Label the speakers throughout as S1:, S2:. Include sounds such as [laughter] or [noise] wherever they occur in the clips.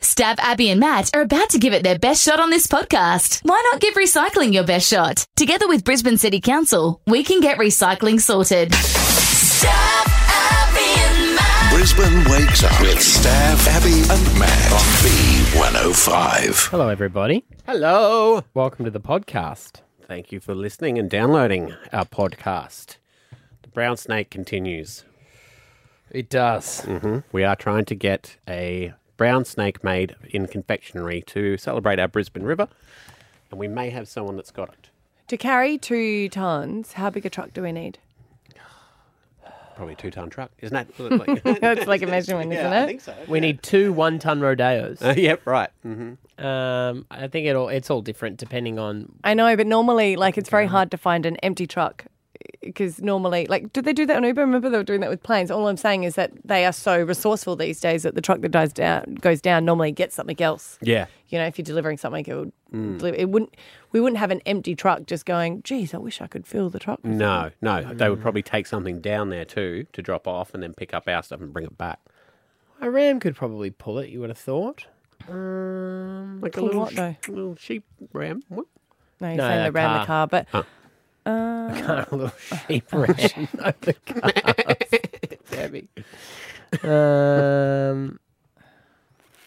S1: Stav, Abby, and Matt are about to give it their best shot on this podcast. Why not give recycling your best shot? Together with Brisbane City Council, we can get recycling sorted.
S2: Stav, Abby, and Matt.
S3: Brisbane wakes up with Stav, Abby, and Matt on B105.
S4: Hello, everybody.
S5: Hello.
S4: Welcome to the podcast.
S5: Thank you for listening and downloading our podcast. The brown snake continues. Mm-hmm.
S4: It does.
S5: We are trying to get a brown snake made in confectionery to celebrate our Brisbane River, and we may have someone that's got it.
S6: To carry two tons, how big a truck do
S5: [laughs]
S6: we need? [laughs]
S5: Probably a two-ton truck, isn't that?
S4: [laughs]
S5: like- [laughs]
S6: That's like a measurement, isn't
S5: I
S6: it?
S5: think so.
S4: We need two one-ton
S5: [laughs]
S4: rodeos.
S5: yep, right. Mm-hmm.
S4: Um, I think it all it's all different depending on.
S6: I know, but normally, like, it's very hard to find an empty truck because normally, like, did they do that on Uber? Remember they were doing that with planes. All I'm saying is that they are so resourceful these days that the truck that dies down goes down normally gets something else.
S5: Yeah. Mm.
S6: You know, if you're delivering something, it would. deliver It wouldn't. We wouldn't have an empty truck just going. Geez, I wish I could fill the truck. with
S5: No,
S6: [laughs]
S5: no, they [laughs]
S4: Mm.
S5: would probably take something down there too to drop off and then pick up our stuff and bring it back.
S4: A ram could probably pull it. You would have thought. Um,
S5: Like
S6: Cool
S5: little,
S6: what,
S5: sh-
S6: though?
S5: little sheep ram. What?
S6: No, you're
S4: No,
S6: saying
S4: a
S6: they ran the car,
S4: car.
S6: but
S4: [laughs]
S6: uh,
S4: a little
S6: [laughs]
S4: sheep
S5: [laughs]
S4: ram. over the cars. um,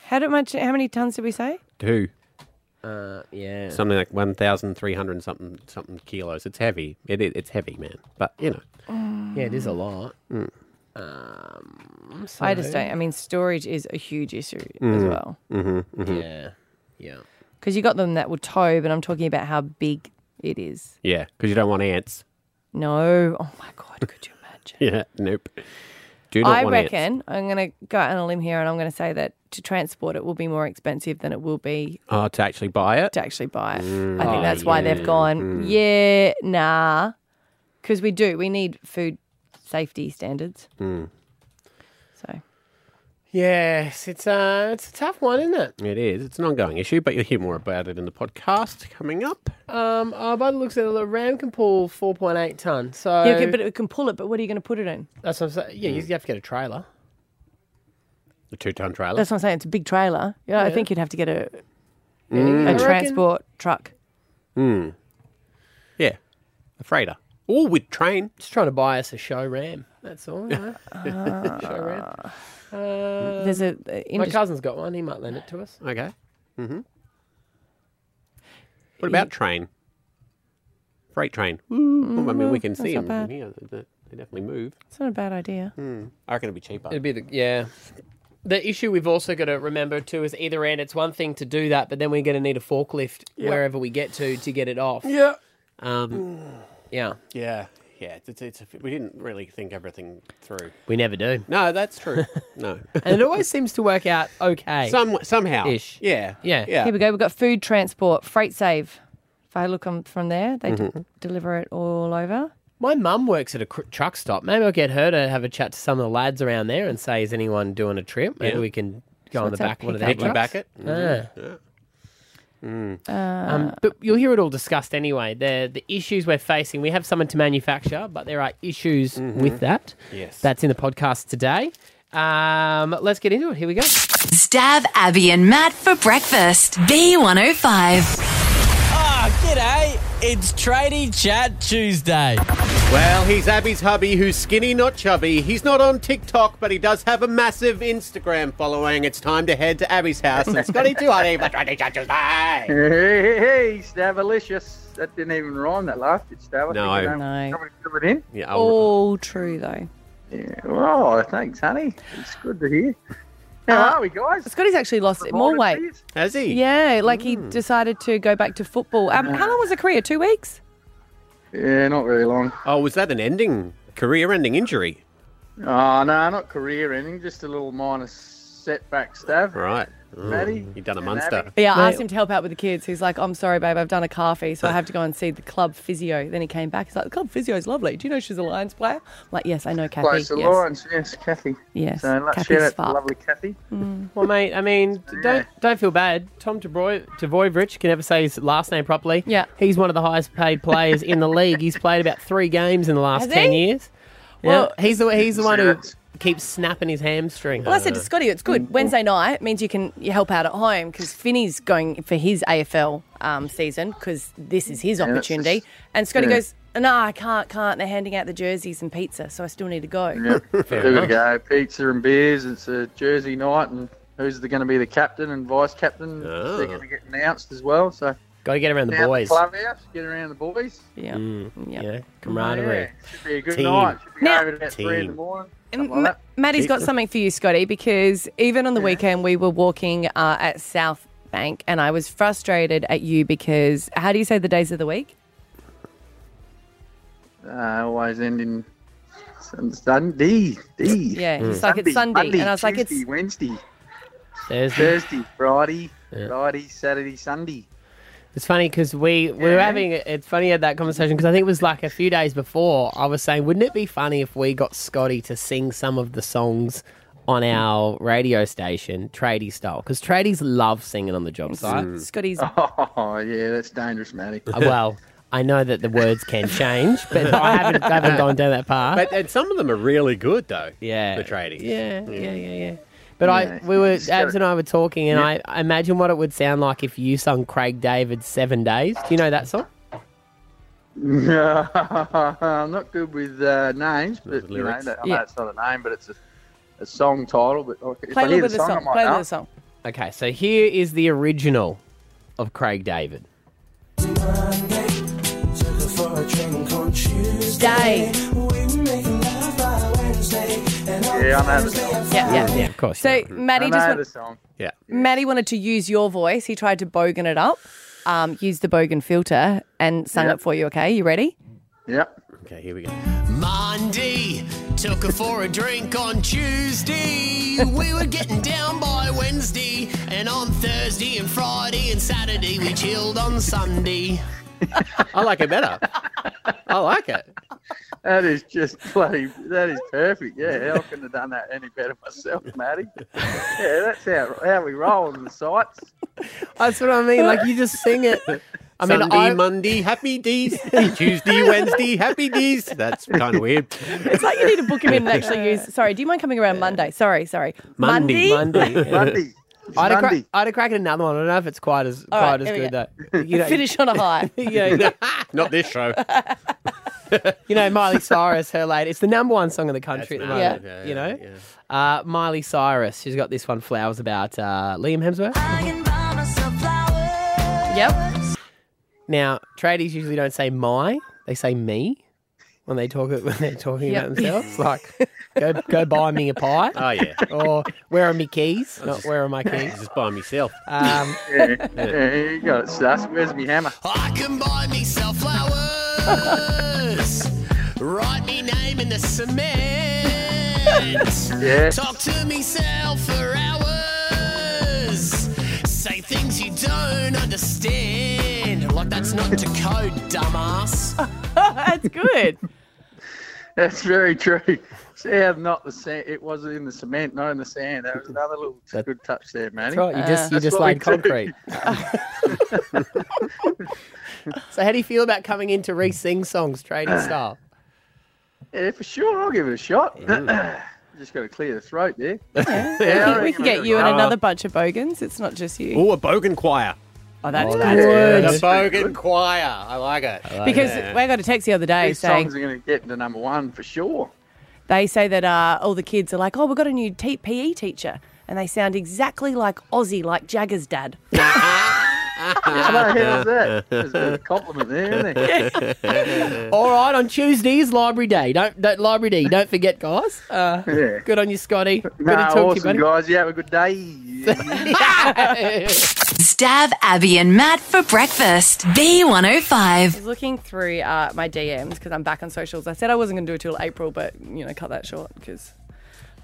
S6: how do- much? How many tons did we say?
S5: Two.
S4: uh, yeah.
S5: something like 1,300 and something something kilos. It's heavy. It, it it's heavy, man. But you know,
S6: Mm.
S5: Mm.
S4: yeah, it is a lot. Um,
S6: I just don't. I mean, storage is a huge issue
S5: Mm-hmm.
S6: as well.
S4: Yeah, yeah.
S6: Because you got them that will tow, but I'm talking about how big it is.
S5: yeah, because you don't want ants.
S6: No. Oh my God, could you imagine?
S5: [laughs] Yeah, nope. Do not
S6: I
S5: want ants.
S6: reckon I'm going to go out on a limb here and I'm going to say that to transport it will be more expensive than it will be
S5: Oh, to actually buy it. Mm.
S6: to actually buy it. I think that's why they've gone, yeah, nah. Because we do. We need food safety standards.
S5: Mm.
S6: So,
S4: Yes, it's uh, it's a tough one, isn't it?
S5: It is. It's an ongoing issue, but you'll hear more about it in the podcast coming up.
S4: Um, uh, by the looks of it, a ram can pull 4.8 ton. So
S6: yeah, okay, but it can pull it, but what are you going to put it in?
S4: that's what I'm saying. Yeah, you have to get a trailer.
S5: The two-ton trailer.
S6: That's what I'm saying. It's a big trailer. Yeah, I think you'd have to get a,
S5: Mm.
S6: a transport truck.
S5: yeah, a freighter. Or with train.
S4: Just trying to buy us a show ram.
S5: [laughs]
S4: That's all.
S6: [laughs]
S4: you know. show ram.
S6: Ah. There's a, uh, a
S4: My
S6: industry-
S4: cousin's got one. He might lend it to us.
S5: Okay. Mm-hmm. What about train? Freight train. Ooh, I mean, we can see
S6: not
S5: them.
S6: bad.
S5: They definitely move.
S6: It's not a bad idea.
S5: I reckon it'd be cheaper.
S4: It'd be the yeah. The issue we've also got to remember too is either end. It's one thing to do that, but then we're going to need a forklift wherever we get to to get it off.
S5: yeah.
S4: Um, yeah,
S5: Yeah, yeah. It's, it's, it's we didn't really think everything through.
S4: we never do,
S5: No, that's
S4: [laughs]
S5: true. no,
S4: and it always seems to work out okay.
S5: some somehow.
S4: Ish.
S5: Yeah. [laughs]
S4: Yeah.
S5: Yeah.
S6: Here we go. We've got food transport, freight save. If I look on from there, they d- deliver it all over.
S4: My mum works at a cr- truck stop. Maybe I'll get her to have a chat to some of the lads around there and say, "Is anyone doing a trip?" Maybe
S5: Yeah.
S4: we can go on the
S6: what's that,
S4: back of one of their
S6: pickup
S4: trucks.
S6: truck?
S5: Back Hmm. it.
S4: Ah.
S5: Mm-hmm.
S4: Um, but you'll hear it all discussed anyway. The the issues we're facing. We have someone to manufacture, but there are issues
S6: Mm-hmm.
S4: with that.
S5: Mm-hmm. Yes.
S4: that's in the podcast today. Um, let's get into it. Here we go.
S2: Stav, Abby, and Matt for breakfast. B105.
S7: G'day, it's Tradie Chat Tuesday.
S5: Well, he's Abby's hubby, who's skinny, not chubby. He's not on TikTok, but he does have a massive Instagram following. It's time to head to Abby's house and Scotty too honey. But try to judge us. Hey!
S8: Hey, hey, hey, Stavalicious. That didn't even rhyme, that last bit, Stav.
S5: No.
S8: I think
S6: No.
S8: you know- want to fill it in?
S5: Yeah. I'll-
S6: All true, though.
S8: Yeah. Oh, thanks, honey. It's good to hear. How
S6: Uh,
S8: are we, guys?
S6: Scotty's actually lost it more weight.
S8: Morning, please.
S5: Has he? Hmm.
S6: Yeah, like he decided to go back to football. Um, how long was the career? Two weeks?
S8: Yeah, not very long.
S5: Oh, was that an ending, career-ending injury?
S8: Oh, no, not career ending, just a little minor setback, Stav.
S5: Right. Mm.
S8: Matty
S5: You done a
S8: and
S5: monster.
S8: Abby.
S6: But yeah, I asked him to help out with the kids. He's like, I'm sorry, babe, I've done a car fee, so I have to go and see the club physio. Then he came back. He's like, the club physio's lovely. Do you know she's a Lions player? I'm like, yes, I know Kathy.
S8: Close the
S6: yes.
S8: lines, yes, Kathy.
S6: Yes,
S8: So let's
S6: Kathy
S8: shout out to
S6: Spark.
S8: lovely Kathy.
S4: Well, mate, I mean, d- don't don't feel bad. Tom Dubroy- Dvojevic can never say his last name properly.
S6: Yeah.
S4: he's one of the highest paid
S6: [laughs]
S4: players in the league. He's played about three games in the last
S6: Has
S4: ten
S6: he?
S4: years.
S6: Well-
S4: Well, he's the he's the one
S8: See,
S4: who
S8: that's-
S4: keeps snapping his hamstring.
S6: Well, I said to Scotty, it's good.
S8: Mm-hmm.
S6: Wednesday night means you can you help out at home because Finney's going for his AFL um, season because this is his
S8: that's
S6: opportunity.
S8: just-
S6: And Scotty
S8: yeah.
S6: goes, no, I can't, can't. They're handing out the jerseys and pizza, so I still need to go. [laughs]
S8: Yeah, there we go. Pizza and beers. It's a Jersey night, and who's going to be the captain and vice captain? They're going to get announced as well. So
S4: Got to get around the
S8: down
S4: boys. Mm.
S8: the clubhouse, get around the boys.
S6: Yeah. yeah.
S4: Yeah,
S8: Yeah,
S4: camaraderie.
S8: should be a good
S4: Team.
S8: night. Should be
S6: Now-
S8: over at about three in the
S4: Team.
S8: morning.
S6: And
S8: Something like
S6: Ma- Maddie's got something for you, Scotty, because even on the weekend we were walking uh, at South Bank and I was frustrated at you because how do you say the days of the week?
S8: that. Uh, always ending. Sunday. D.
S6: Yeah, it's like it's Sunday.
S8: Monday,
S6: and I was like, it's
S8: Mm. Tuesday, Wednesday,
S4: There's the-
S8: Thursday, Friday, Friday, Saturday, Sunday.
S4: It's funny because we, we were
S8: Yeah.
S4: having it's funny I had that conversation because I think it was like a few days before I was saying wouldn't it be funny if we got Scotty to sing some of the songs on our radio station tradie style because tradies love singing on the job site.
S6: Scotty's
S8: Oh, yeah, that's dangerous, Matty.
S4: Mm. Uh, Well, I know that the words can change, but I haven't, I haven't gone down that path.
S5: But and some of them are really good though.
S4: yeah,
S5: the tradies.
S4: Yeah, yeah, yeah, yeah. But
S8: Yeah,
S4: I, we were,
S8: it's gotta-
S4: Abs and I were talking, and I, I imagine what it would sound like if you sung Craig David's Seven Days. Do you know that song?
S8: [laughs] I'm not good with uh, names, but you know,
S5: lyrics.
S8: that, I
S6: Yeah.
S8: know it's not a name, but it's a, a song title. But like, if
S6: play
S8: I
S6: a
S8: hear
S6: little
S8: the
S6: bit of the
S8: song, I
S6: song.
S8: might
S6: Play a
S8: know.
S6: little song.
S4: Okay, so here is the original of Craig David.
S6: Day.
S8: Yeah, I know the song.
S6: Yeah, yeah.
S4: Yeah, of course.
S6: So
S8: I
S6: Maddie just
S8: know
S6: want,
S8: the song.
S5: Yeah.
S6: Maddie wanted to use your voice. He tried to bogan it up, um, used the bogan filter, and sung
S8: Yep.
S6: it for you. Okay, you ready?
S8: Yep.
S5: Okay, here we go.
S9: Monday took her for a drink on Tuesday. We were getting down by Wednesday, and on Thursday and Friday and Saturday we chilled on Sunday.
S5: I like it better. I like it.
S8: That is just bloody. That is perfect. Yeah, I couldn't have done that any better myself, Matty. Yeah, that's how how we roll in the sights.
S4: That's what I mean. Like you just sing it. I mean,
S5: Sunday,
S4: I,
S5: Monday, happy days. [laughs] Tuesday, Wednesday, happy days. That's kind of weird.
S6: It's like you need to book him in and actually use. [laughs] Sorry, do you mind coming around Monday? Sorry, sorry.
S4: Monday.
S6: [laughs]
S8: [laughs]
S4: [laughs]
S8: Monday.
S4: I had, a crack,
S8: Monday.
S4: I had a crack at another one. I don't know if it's quite as
S6: All
S4: quite
S6: right,
S4: as
S6: here we
S4: good though.
S6: [laughs]
S4: You know,
S6: Finish on a high.
S4: [laughs] yeah, you know,
S5: [laughs] Not this show.
S4: [laughs] you know, Miley Cyrus, her late. It's the number one song in the country at the
S6: mad.
S4: moment. you know, uh, Miley Cyrus. She's got this one, "Flowers," about uh, Liam Hemsworth.
S6: Yep.
S4: Now, tradies usually don't say "my," they say "me" when they talk when they're talking
S6: Yep.
S4: about
S6: [laughs]
S4: themselves. Like, go go buy me a pie,
S5: Oh yeah.
S4: or where are my keys? Not Oh, where
S5: [laughs]
S4: are my keys.
S5: Just by myself.
S8: [laughs]
S4: Um,
S8: Yeah, yeah, you got it, sus. Where's me hammer?
S9: I can buy myself flowers, write me name in the cement,
S8: Yeah.
S9: talk to myself for hours, say things you don't understand. Like that's not to code, dumbass.
S6: That's good.
S8: [laughs] That's very true. Sound not the sand. It wasn't in the cement, not in the sand. That was another little good touch there, Matty.
S4: That's right. You just you
S8: That's
S4: just
S8: what we
S4: laid
S8: do.
S4: concrete. so how do you feel about coming in to re-sing songs trading
S8: Ah.
S4: style?
S8: [coughs]
S4: [laughs]
S8: Yeah, for sure. I'll give it a shot. [coughs] just got to clear the throat there.
S6: We
S8: Yeah,
S6: can,
S8: I
S6: we
S8: reckon
S6: can
S8: I
S6: get
S8: could
S6: you and
S8: roll.
S6: another bunch of bogans. It's not just you.
S5: Oh, a bogan choir.
S6: Oh, that's
S5: The
S6: good.
S5: bogan choir. I like it.
S6: Because I got a text the other day
S8: These
S6: saying
S8: songs are going to get into number one
S5: [laughs]
S8: for sure.
S6: they say that uh, all the kids are like, oh, we've got a new te- PE teacher. And they sound exactly like Aussie, like Jagger's dad.
S8: How the hell's that? There's a bit of a compliment there, isn't there?
S5: [laughs]
S6: [laughs]
S4: All right, on Tuesday is Library Day. Don't, don't Library Day. Don't forget, guys. Uh,
S8: Yeah.
S4: Good on you, Scotty. Good
S8: Nah,
S4: to talk
S8: awesome,
S4: to you,
S8: guys. You have a good day.
S4: buddy.
S2: Stab Abby and Matt for breakfast. B105.
S6: was looking through uh, my DMs because I'm back on socials. I said I wasn't going to do it till April, but you know, cut that short because,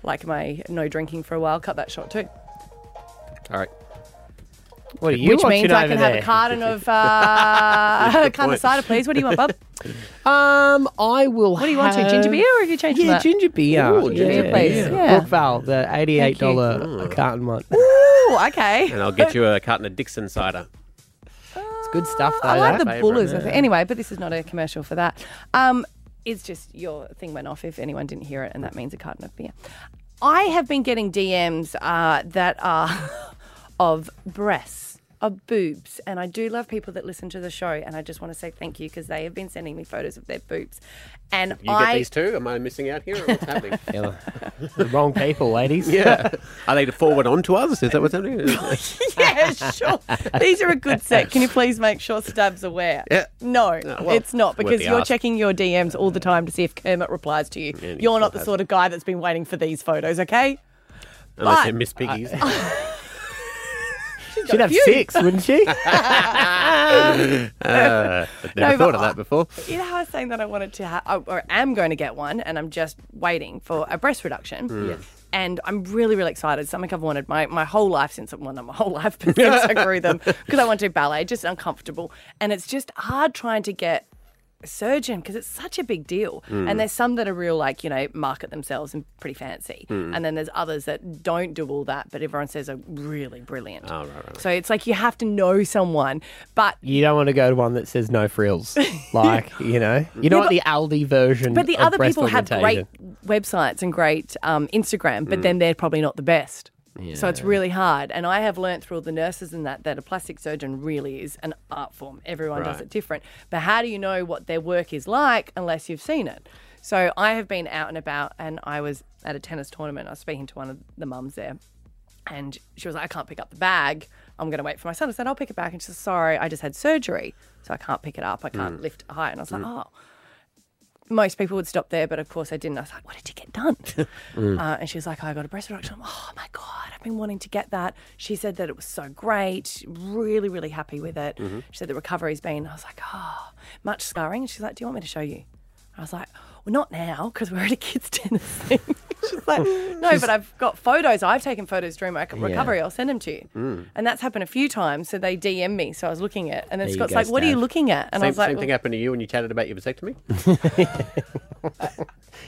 S6: like my no drinking for a while, cut that short too.
S4: All right. What are you
S6: Which
S4: watching
S6: means I
S4: over
S6: can
S4: there?
S6: have a carton
S4: [laughs]
S6: of uh, carton of
S5: point.
S6: cider, please. What do you want, bub?
S4: Um, I will.
S6: What do you want to
S4: have...
S6: ginger beer or have you changed?
S4: Yeah,
S6: that?
S4: ginger beer.
S5: Ooh, ginger
S4: yeah,
S5: beer,
S6: please. Yeah.
S4: Brookvale, the eighty-eight
S5: Thank
S4: dollar
S5: you.
S4: carton one.
S6: Ooh, okay.
S5: And I'll get you a carton of Dixon cider.
S4: It's good stuff. Though,
S6: [laughs] I like
S4: that.
S6: the bullers. I think. Anyway, but this is not a commercial for that. Um, it's just your thing went off if anyone didn't hear it, and that means a carton of beer. I have been getting DMs uh, that are [laughs] of breasts, of boobs, and I do love people that listen to the show, and I just want to say thank you because they have been sending me photos of their boobs, and
S5: You
S6: I
S5: get these too? Am I missing out here? Or what's happening?
S4: the wrong people, ladies. [laughs]
S5: yeah. Are they to forward on to us? Is that what's happening?
S6: [laughs]
S5: [laughs]
S6: yeah, sure. [laughs] These are a good set. Can you please make sure Stubbs aware?
S5: Yeah.
S6: No,
S5: well,
S6: it's not
S5: it's worth
S6: because
S5: the
S6: you're
S5: ask.
S6: checking your DMs all the time to see if Kermit replies to you. you're not the sort of guy that's been waiting for these photos, okay?
S5: Unless they're
S6: But-
S5: Miss Piggies. [laughs]
S4: She'd have
S6: Phew.
S4: six, wouldn't
S6: [laughs]
S4: she?
S5: Uh, Never
S6: but
S5: thought of that before.
S6: You know how I was saying that I wanted to, ha- oh, or am going to get one, and I'm just waiting for a breast reduction.
S5: Mm.
S6: And I'm really, really excited. Something I've wanted my, my whole life since, well, not my whole life, but since [laughs] I grew them, because I want to do ballet, just uncomfortable. And it's just hard trying to get a surgeon because it's such a big deal. And there's some that are real, like, you know, market themselves and pretty fancy. And then there's others that don't do all that, but everyone says are really brilliant. Oh, right, right. So it's like you have to know someone. But
S4: You don't want to go to one that says no
S6: [laughs]
S4: frills. Like, you know, you know what the Aldi version.
S6: But the
S4: of
S6: other
S4: breast
S6: people have great
S4: augmentation. Mm.
S6: websites and great um, Instagram, but then they're probably not the best. So it's really hard. And I have learnt through all the nurses and that that a plastic surgeon really is an art form. Everyone does it different. But how do you know what their work is like unless you've seen it? So I have been out and about and I was at a tennis tournament. I was speaking to one of the mums there and she was like, I can't pick up the bag. I'm going to wait for my son. I said, I'll pick it back. And she said, sorry, I just had surgery. So I can't pick it up. I
S4: Mm.
S6: can't lift it high. And I was like, oh most people would stop there, but of course I didn't. I was like, what did you get done?
S4: Mm.
S6: uh, and she was like, I got a breast reduction. I'm, oh my God, I've been wanting to get that. She said that it was so great, really, really happy with it. She said the recovery's been, I was like, oh, much scarring. And she's like, do you want me to show you? I was like, well, not now because we're at a kids' tennis thing. [laughs] she's like, no, but I've got photos. I've taken photos during my recovery. I'll send them to you. And that's happened a few times. So they DM me. So I was looking at, and then
S4: There you
S6: Scott's
S4: go,
S6: like, what are you
S4: Steph.
S6: looking at? And I
S5: Same,
S6: was like,
S5: same
S6: "Well,
S5: thing happened to you when you chatted about your vasectomy?
S4: [laughs]
S5: [laughs]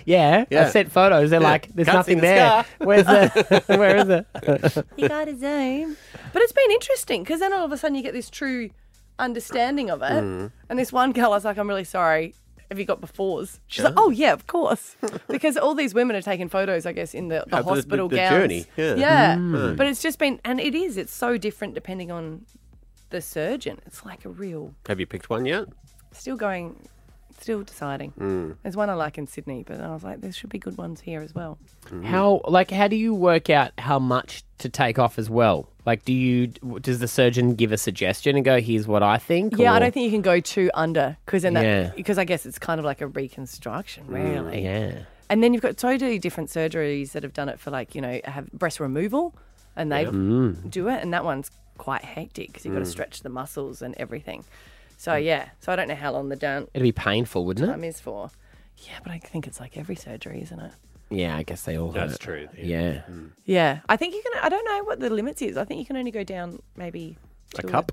S4: Yeah,
S5: Yeah.
S4: I've sent photos. They're like, there's
S5: Can't see
S4: nothing
S5: the
S4: there.
S5: scar.
S4: [laughs] Where's the? Where is it?
S6: he got his own. But it's been interesting because then all of a sudden you get this true understanding of it.
S5: Mm.
S6: And this one girl, I was like, I'm really sorry. Have you got befores? She's like, Oh yeah, of course, [laughs] because all these women are taking photos, I guess, in the, the
S5: the- the-
S6: hospital
S5: the
S6: gowns.
S5: journey, yeah. Mm.
S6: but it's just been, and it is. It's so different depending on the surgeon. It's like a real,
S5: Have you picked one yet?
S6: still going, still deciding.
S5: Mm.
S6: There's one I like in Sydney, but I was like, there should be good ones here as well.
S4: How like how do you work out how much to take off as well? Like, do you does the surgeon give a suggestion and go, "Here's what I think"?
S6: Yeah, I
S4: or-
S6: don't think you can go too under because then
S4: Yeah. Mm,
S6: that because I guess it's kind of like a reconstruction, really.
S4: Yeah,
S6: And then you've got totally different surgeries that have done it for like you know have breast removal, and they
S5: Mm.
S6: do it, and that one's quite hectic because you've got to stretch the muscles and everything. So yeah, so I don't know how long the downtime
S4: it'd be painful, Mm. wouldn't it?
S6: is for. Yeah, but I think it's like every surgery, isn't it?
S4: Yeah, I guess they all. That's
S5: true,
S4: Yeah,
S6: Yeah, I think you can. I don't know what the limits is. I think you can only go down maybe
S5: A
S6: to
S5: cup?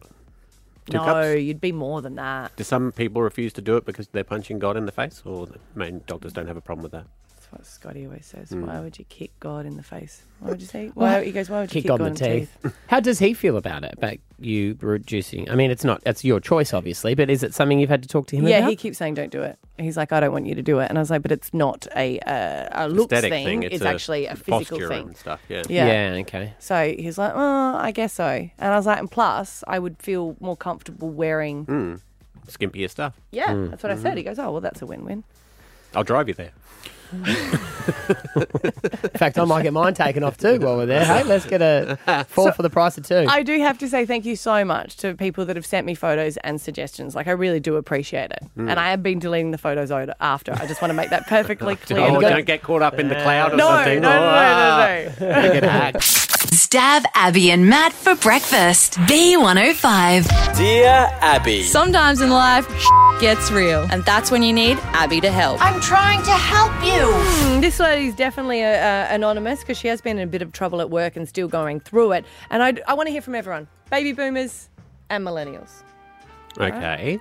S5: Two
S6: no,
S5: cups?
S6: you'd be more than that.
S5: Do some people refuse to do it because they're punching God in the face? Or the main doctors don't have a problem with that?
S6: That's what Scotty always says. Why would you kick God in the face? Why would you say? Why, he goes, why would you
S4: kick,
S6: kick,
S4: on the
S6: God in
S4: teeth. How does he feel about it? About you reducing? I mean, it's not. It's your choice, obviously. But is it something you've had to talk to him
S6: Yeah,
S4: about?
S6: he keeps saying, "Don't do it." He's like, "I don't want you to do it," and I was like, "But it's not a uh, a looks
S5: Aesthetic
S6: thing.
S5: thing.
S6: It's,
S5: a
S6: actually a physical
S5: posture
S6: thing."
S5: and stuff. Yeah.
S6: Yeah.
S4: Okay.
S6: So he's like, "Oh, I guess so," and I was like, "And plus, I would feel more comfortable wearing."
S5: Hmm. Skimpier stuff. Hmm.
S6: Yeah,
S4: Hmm.
S6: that's what I said. He goes, "Oh, well, that's a win-win."
S5: I'll drive you there.
S4: In fact, I might get mine taken off too while we're there.
S6: [laughs]
S4: Hey, let's get a four for the price of two.
S6: I do have to say thank you so much to people that have sent me photos and suggestions. Like, I really do appreciate it.
S5: Hmm.
S6: And I have been deleting the photos o- after. I just want to make that perfectly clear.
S5: Oh,
S4: got-
S5: [laughs] don't get caught up in the cloud or
S6: no, no,
S5: something.
S6: no,
S5: Oh, ah, [laughs]
S6: no, no, no.
S5: you get hacked.
S2: Stab Abby and Matt for breakfast. B105.
S7: Dear Abby.
S10: Sometimes in life, [laughs] gets real, and that's when you need Abby to help.
S2: I'm trying to help you.
S6: Hmm, This lady's definitely uh, uh, anonymous because she has been in a bit of trouble at work and still going through it. And I, I want to hear from everyone baby boomers and millennials.
S5: Okay.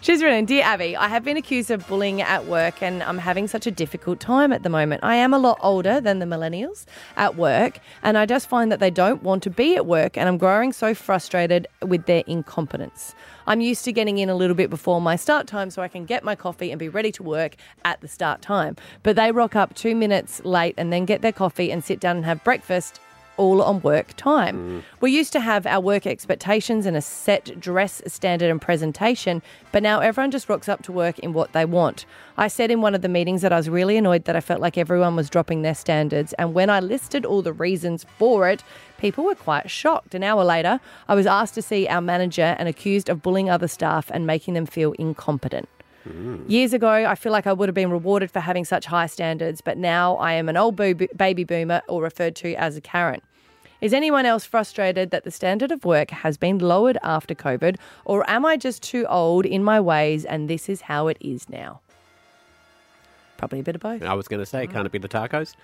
S6: She's written, Dear Abby, I have been accused of bullying at work and I'm having such a difficult time at the moment. I am a lot older than the millennials at work and I just find that they don't want to be at work and I'm growing so frustrated with their incompetence. I'm used to getting in a little bit before my start time so I can get my coffee and be ready to work at the start time. But they rock up two minutes late and then get their coffee and sit down and have breakfast all on work time. We used to have our work expectations and a set dress standard and presentation, but now everyone just rocks up to work in what they want. I said in one of the meetings that I was really annoyed that I felt like everyone was dropping their standards, and when I listed all the reasons for it, people were quite shocked. An hour later, I was asked to see our manager and accused of bullying other staff and making them feel incompetent. Years ago, I feel like I would have been rewarded for having such high standards, but now I am an old boo- baby boomer or referred to as a Karen. Is anyone else frustrated that the standard of work has been lowered after COVID, or am I just too old in my ways and this is how it is now? Probably a bit of both.
S5: I was going to say, can't it be the tacos?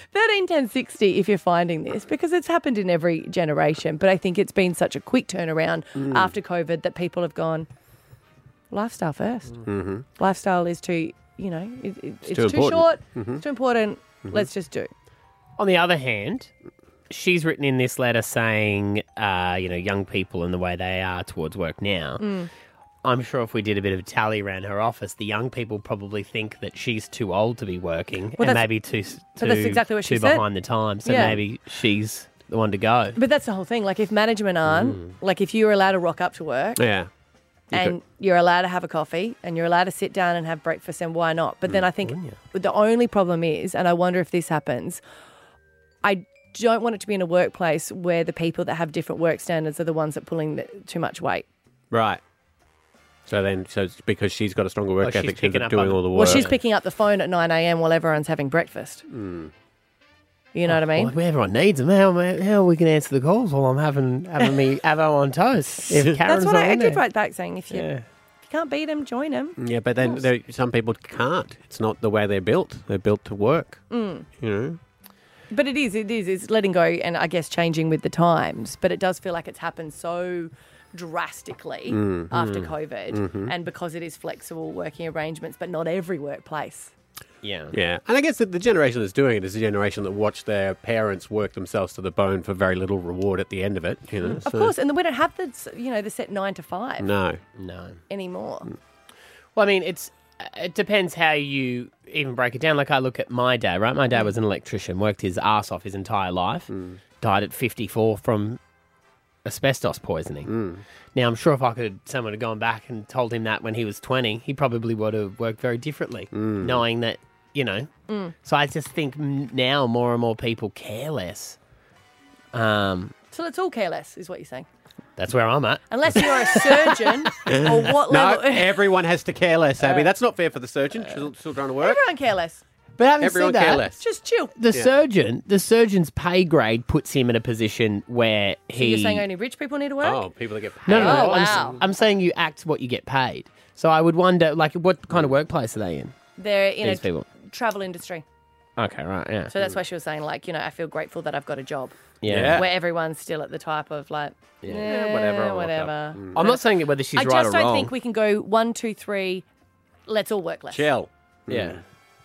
S6: [laughs] 13, 10, 60 if you're finding this, because it's happened in every generation, but I think it's been such a quick turnaround
S5: Mm.
S6: after COVID that people have gone, lifestyle first.
S5: Mm-hmm.
S6: lifestyle is too, you know, it, it- it's,
S4: too
S6: too,
S4: important.
S6: short,
S4: Mhm.
S6: it's too important.
S4: Mhm.
S6: Let's just do.
S4: On the other hand, she's written in this letter saying, uh, you know, young people and the way they are towards work now.
S6: Mm.
S4: I'm sure if we did a bit of a tally around her office, the young people probably think that she's too old to be working and
S6: Well, that's-
S4: maybe too s- too,
S6: but that's exactly what
S4: too
S6: she said.
S4: behind the times. So
S6: Yeah.
S4: maybe she's the one to go.
S6: But that's the whole thing. Like if management aren't,
S4: Mm.
S6: like if you're allowed to rock up to work
S4: Yeah.
S6: and you're allowed to have a coffee and you're allowed to sit down and have breakfast, and why not? But then I think the only problem is, and I wonder if this happens, I don't want it to be in a workplace where the people that have different work standards are the ones that pulling the, too much weight.
S5: Right. So then, so it's because she's got a stronger work
S6: Oh,
S4: Well, she's
S5: ethic, she's
S4: picking up
S5: doing
S4: other-
S5: all the work.
S6: Well, she's picking up the phone at 9 a.m. while everyone's having breakfast.
S5: Mm.
S6: You know what I mean?
S4: Well, everyone needs them. How, am I- how are we going to answer the calls while I'm having having
S6: [laughs]
S4: me avo on toast? If Karen's
S6: That's what
S4: not
S6: I, I
S4: in
S6: did
S4: there?
S6: write back saying if you,
S5: Yeah.
S6: if you can't beat him, join him.
S5: Yeah, but then there, some people can't. It's not the way they're built. They're built to work.
S6: Mm.
S5: You know.
S6: But it is, it is, it's letting go and I guess changing with the times. But it does feel like it's happened so drastically
S5: Mm.
S4: Mm-hmm.
S6: after
S5: Mm.
S6: COVID
S5: Mhm.
S6: and because it is flexible working arrangements, but not every workplace.
S4: Yeah.
S5: Yeah, and I guess that the generation that's doing it is the generation that watched their parents work themselves to the bone for very little reward at the end of it. You know.
S6: Hmm. Of course, and we don't have the, you know, the set nine to five
S5: No.
S4: No.
S6: anymore.
S4: Well, I mean, it's uh, it depends how you even break it down. Like I look at my dad, right? My
S6: Mm.
S4: dad was an electrician, worked his ass off his entire life, died at 54 from asbestos poisoning.
S6: Mm.
S4: Now, I'm sure if I could, someone had gone back and told him that when he was 20, he probably would have worked very differently, knowing that, you know.
S6: Mm.
S4: So I just think m- now more and more people care less. Um,
S6: So let's all care less, is what you're saying.
S4: that's where I'm at.
S6: Unless you're
S4: [laughs]
S6: a surgeon or Oh, what
S5: [laughs] no,
S6: level. [laughs] Uh,
S5: everyone has to care less, Abby. That's not fair for the surgeon. She's still trying to work.
S6: Everyone care less.
S4: But having
S5: Everyone
S4: said that,
S5: care less.
S6: Just chill.
S4: The
S5: Yeah.
S4: surgeon, the surgeon's pay grade puts him in a position where he.
S6: So you're saying only rich people need to work?
S5: Oh, people that get paid.
S4: No, no, no.
S6: Oh,
S4: I'm, s-
S6: wow.
S4: I'm saying you act what you get paid. So I would wonder, like, what kind of workplace are they in?
S6: They're in
S4: These
S6: a
S4: people.
S6: travel industry.
S4: Okay, right, yeah.
S6: So that's why she was saying, like, you know, I feel grateful that I've got a job.
S4: Yeah. Yeah.
S6: Where everyone's still at the type of, like,
S4: whatever,
S6: yeah, whatever.
S4: I'll look
S6: whatever.
S5: Mm.
S4: I'm not saying whether she's
S6: I
S4: right
S6: just
S4: or
S6: don't
S4: wrong.
S6: think we can go one, two, three, let's all work less.
S5: Chill.
S4: Yeah.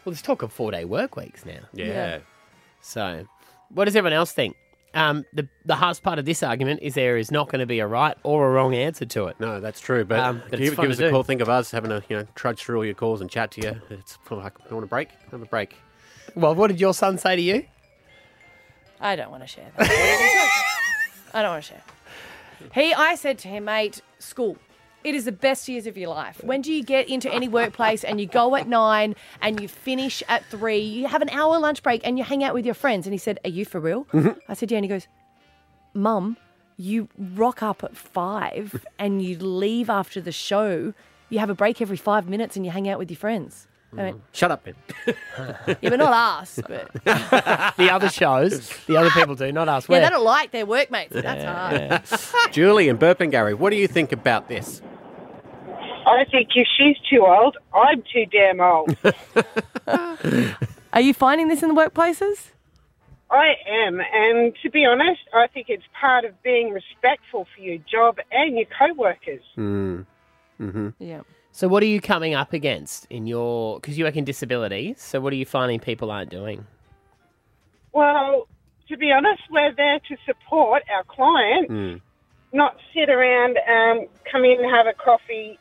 S4: Well, there's talk of four day work weeks now.
S5: Yeah.
S4: So, what does everyone else think? Um, the the hardest part of this argument is there is not going to be a right or a wrong answer to it.
S5: No, that's true. But
S4: Um, but it's
S5: give,
S4: fun
S5: give us
S4: to
S5: a
S4: do.
S5: call. Think of us having a you know trudge through all your calls and chat to you. It's like you want a break? Have a break.
S4: Well, what did your son say to you?
S6: I don't want to share that. I don't want to share. He, I said to him, mate, school. It is the best years of your life. When do you get into any workplace and you go at nine and you finish at three? You have an hour lunch break and you hang out with your friends. And he said, Are you for real?
S5: Mm-hmm.
S4: [laughs]
S6: I said, Yeah. And he goes, Mum, you rock up at
S4: [laughs]
S6: five and you leave after the show. You have a break every five minutes and you hang out with your friends. I
S4: Mm.
S6: went,
S5: Shut up, Ben.
S6: Yeah, but not us. But
S4: [laughs] The other shows, the other people do, not us.
S6: [laughs] yeah,
S4: Where?
S6: they
S4: [laughs]
S6: don't like their workmates. but That's hard. [laughs]
S5: Julie and Burpengary, what do you think about this?
S11: I think if she's too old, I'm too damn old.
S6: Are you finding this in the workplaces?
S11: I am, and to be honest, I think it's part of being respectful for your job and your co-workers.
S4: Mm.
S5: Mm-hmm.
S4: hmm
S6: Yeah.
S4: So what are you coming up against in your? Because you work in disability. So what are you finding people aren't doing?
S11: Well, to be honest, we're there to support our clients,
S5: Hmm.
S11: not sit around, um, come in, have a coffee,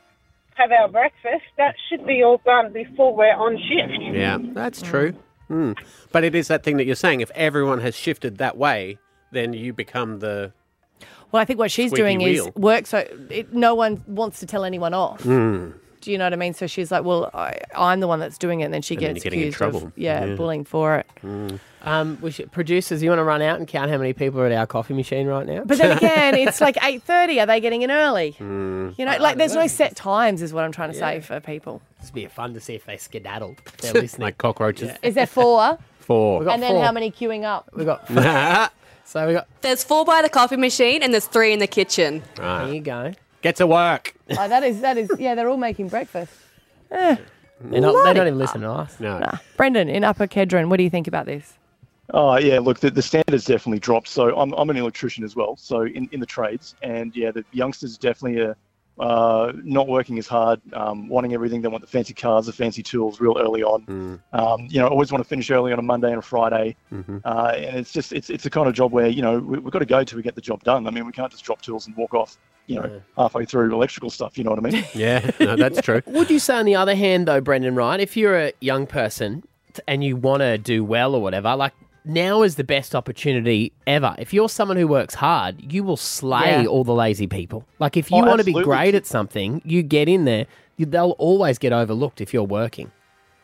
S11: have our breakfast. That should be all done before we're on shift.
S5: Yeah, that's true. Mm. But it is that thing that you're saying. If everyone has shifted that way, then you become the.
S6: Well, I think what she's
S5: Squeaky
S6: doing
S5: wheel.
S6: is work so it, no one wants to tell anyone off.
S4: Hmm.
S6: Do you know what I mean? So she's like, well, I, I'm the one that's doing it, and then she
S4: And then
S6: gets
S4: you're getting in
S6: accused of,
S4: trouble.
S6: yeah,
S4: Yeah.
S6: bullying for it.
S5: Mm.
S4: Um, we should, producers, you want to run out and count how many people are at our coffee machine right now?
S6: But
S4: [laughs]
S6: then
S5: [laughs]
S6: again, it's like 8:30. Are they getting in early?
S5: Mm.
S6: You know, like there's no set times, is what I'm trying to say for people.
S4: This would be fun to see if they skedaddle. if They're
S5: [laughs]
S4: listening.
S5: like cockroaches.
S6: Is there four?
S5: Four.
S6: and then how many queuing up?
S5: [laughs]
S4: We got. so we got.
S12: There's four by the coffee machine and there's three in the kitchen.
S4: There you go.
S5: Get to work.
S6: Oh, that is that is yeah. They're all making breakfast. Eh.
S4: They're not, they
S6: Bloody
S4: don't even listen to us.
S5: No.
S6: Brendan in Upper Kedron, what do you think about this?
S13: Oh yeah, look, the, the standards definitely dropped. So I'm, I'm an electrician as well, so in, in the trades, and yeah, the youngsters definitely are uh, not working as hard, um, wanting everything. They want the fancy cars, the fancy tools, real early on. Um, you know, always want to finish early on a Monday and a Friday, uh, and it's just it's it's the kind of job where you know we, we've got to go till we get the job done. I mean, we can't just drop tools and walk off. You know,
S4: Yeah.
S13: halfway through electrical stuff. You know what I mean?
S5: [laughs] Yeah, [laughs] no, that's true.
S4: [laughs] Would you say, on the other hand, though, Brendan, right? If you're a young person t- and you want to do well or whatever, like now is the best opportunity ever. If you're someone who works hard, you will slay
S7: Yeah.
S4: all the lazy people. Like if you
S7: Oh,
S4: want to be
S7: absolutely.
S4: great at something, you get in there. You, they'll always get overlooked if you're working.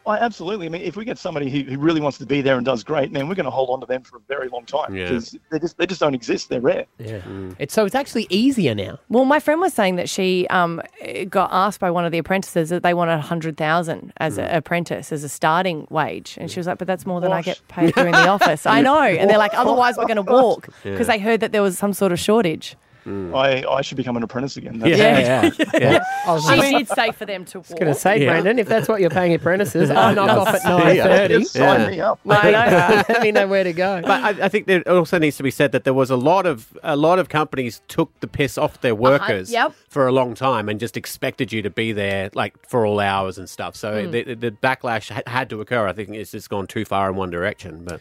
S13: Oh, absolutely. I mean, if we get somebody who, who really wants to be there and does great, then we're going to hold on to them for a very long time
S4: Yeah.
S13: because they just they just don't exist. They're rare.
S4: Yeah. It's so it's actually
S5: Mm.
S4: e easier now.
S6: Well, my friend was saying that she um, eh, got asked by one of the apprentices that they wanted a hundred thousand as an apprentice as a starting wage, and she was like, "But that's more than I get paid doing [laughs] the office." I know, and they're like, "Otherwise, [laughs] we're going to walk," because
S13: Yeah.
S6: they heard that there was some sort of shortage.
S13: I, I should become an apprentice again.
S4: Hmm. Yeah,
S13: [laughs]
S4: yeah, yeah. I was
S6: she
S4: just-
S6: did say for them to walk.
S4: I was going to say,
S6: Yeah.
S4: Brendan, if that's what you're
S5: [laughs]
S4: paying apprentices, I'll knock off at
S5: See ya.
S4: 9.30.
S5: Sign me up.
S4: Like, [laughs] Let me know where to go.
S5: But uh, I, I think there also needs to be said that there was a lot of a lot of companies took the piss off their workers
S4: yep.
S5: for a long time and just expected you to be there like for all hours and stuff. So
S4: Mm.
S5: the, the- the backlash ha- had to occur. I think it's just gone too far in one direction. But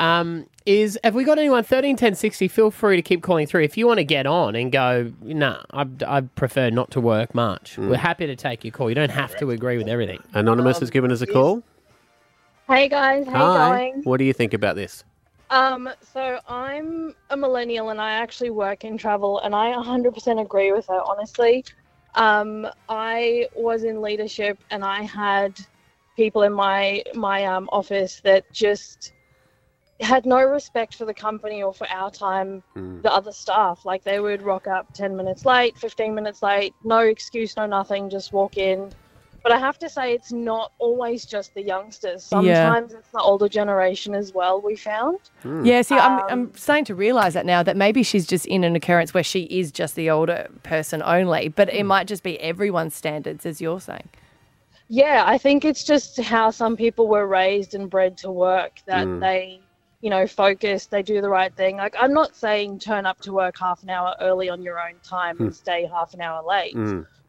S4: um, is have we got anyone thirteen ten sixty? Feel free to keep calling through if you want to get on and go. Nah, I, I prefer not to work much.
S5: Hmm.
S4: We're happy to take your call. You don't have to agree with everything.
S5: Anonymous has given us a call.
S14: Hey guys, how
S5: Hi.
S14: you going?
S5: What do you think about this?
S14: Um, so I'm a millennial and I actually work in travel, and I 100% agree with her. Honestly, um, I was in leadership and I had people in my my um, office that just had no respect for the company or for our time, the other staff. Like they would rock up 10 minutes late, 15 minutes late, no excuse, no nothing, just walk in. But I have to say, it's not always just the youngsters.
S6: Yeah.
S14: Sometimes it's the older generation as well, we found.
S4: Hmm.
S14: Uh,
S6: Yeah, see, I'm,
S15: Um,
S6: I'm starting to realise that now that maybe she's just in an occurrence where she is just the older person only, but
S4: Hmm.
S6: it might just be everyone's standards, as you're saying.
S14: Yeah, I think it's just how some people were raised and bred to work that
S6: Mm.
S14: they, you know, focus, they do the right thing. Like, I'm not saying turn up to work half an hour early on your own time
S15: Hmm.
S14: and stay half an hour late,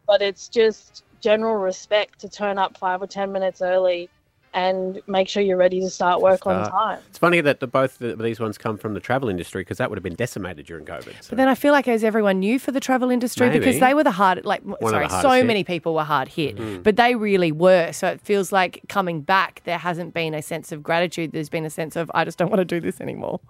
S14: but it's just general respect to turn up five or 10 minutes early and make sure you're ready to start work on
S5: Uh,
S14: time.
S5: It's funny that the, both the, these ones come from the travel industry because that would have been decimated during COVID. So.
S6: But then I feel like as everyone knew for the travel industry because
S5: Maybe.
S6: they were the hard, like
S5: One of the
S6: sorry, so
S5: hardest hit.
S6: many people were hard hit,
S4: Hmm.
S5: Mm.
S6: but they really were. So it feels like coming back, there hasn't been a sense of gratitude. There's been a sense of I just don't want to do this anymore.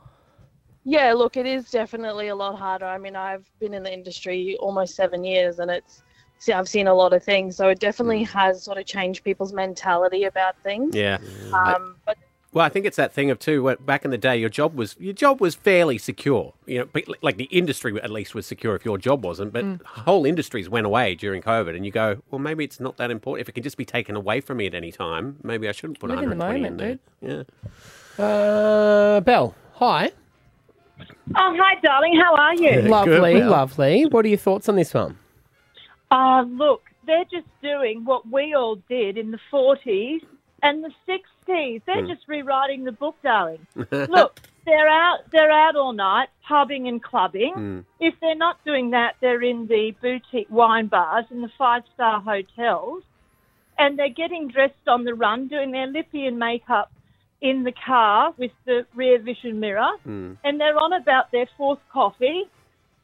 S14: Yeah, look, it is definitely a lot harder. I mean, I've been in the industry almost seven years, and it's see, I've seen a lot of things, so it definitely has sort of changed people's mentality about things.
S5: Yeah. I-
S14: Um, but
S5: Well, I think it's that thing of too. What, back in the day, your job was your job was fairly secure. You know, but, like the industry at least was secure if your job wasn't. But
S16: Mm.
S5: whole industries went away during COVID, and you go, well, maybe it's not that important. If it can just be taken away from me at any time, maybe I shouldn't put
S4: Live in the
S5: 120 in there.
S4: moment,
S5: Yeah.
S4: Uh, Bell, hi.
S15: Oh, hi, darling. How are you?
S4: lovely, lovely. What are your thoughts on this one?
S15: Oh, look, they're just doing what we all did in the 40s and the 60s. They're
S5: [laughs]
S4: Hmm. [laughs]
S15: just rewriting the book, darling. look, they're out, they're out all night pubbing and clubbing.
S4: Hmm.
S5: Hmm.
S16: Mm.
S15: If they're not doing that, they're in the boutique wine bars and the five star hotels, and they're getting dressed on the run, doing their lippy and makeup in the car with the rear vision mirror,
S5: Hmm.
S16: Mm.
S15: and they're on about their fourth coffee,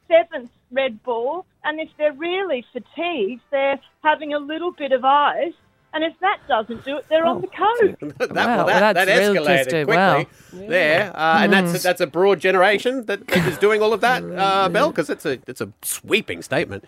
S15: seventh Red Bull, and if they're really fatigued, they're having a little bit of ice. And if that doesn't do it, they're on the coke.
S5: that, well, that, that escalated
S4: uh,
S5: quickly there, uh, and
S4: Mm.
S5: that's that's a broad generation that is doing all of
S4: [laughs]
S5: that, uh, Bell, because it's a it's a sweeping statement.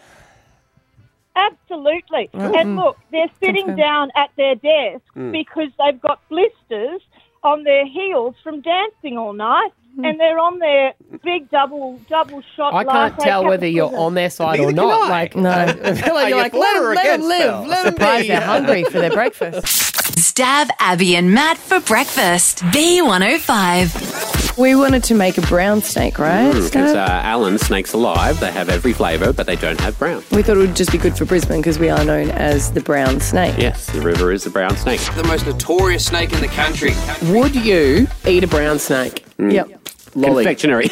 S15: Absolutely.
S4: Mm-hmm.
S15: And look, they're sitting down at their desk
S5: Mm.
S15: because they've got blisters on their heels from dancing all night, and they're on their big double double shot.
S4: Mm. I can't
S15: latte
S4: tell whether
S15: cappuccino.
S4: you're on their side or
S15: Neither can
S4: not.
S15: I.
S4: Like, no.
S15: Are
S6: [laughs]
S4: you're [laughs]
S15: you
S4: like,
S15: for
S4: let
S15: or
S4: them, let 'em
S15: against,
S4: live.
S15: Belle?
S4: Let 'em
S2: Surprised
S4: be.
S2: they're hungry for their
S6: breakfast.
S2: Stab Abby and Matt for breakfast. B105.
S6: We wanted to make a brown snake, right?
S4: [laughs]
S5: Mm, it's uh,
S6: Stab?
S5: Alan Snakes Alive. They have every flavour, but they don't have brown.
S6: we thought it would just be good for Brisbane because we are known as the brown snake.
S5: Yes, the river is the brown snake.
S17: The most notorious snake in the country.
S4: Would you eat a brown [laughs] snake?
S6: Yep.
S4: Lolly.
S5: Confectionery.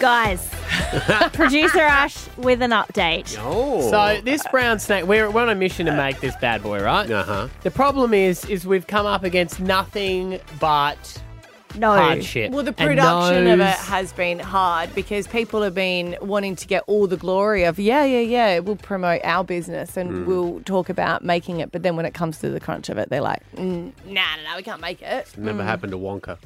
S16: Guys, [laughs] producer Ash with an update.
S6: Oh.
S4: So this brown snake, we're, we're on a mission to make this bad boy, right? Uh
S6: Uh-huh.
S4: huh. The problem is, is we've come up against nothing but
S6: no
S4: hard shit.
S6: Oh. Well, the
S4: And
S6: production of it
S4: those-
S6: has been hard because people have been wanting to get all the glory of yeah, yeah, yeah. We'll promote our business and
S16: Mm.
S6: we'll talk about making it, but then when it comes to the crunch of it, they're like, mm, nah, nah, nah, we can't make it.
S5: Remember happened to Wonka.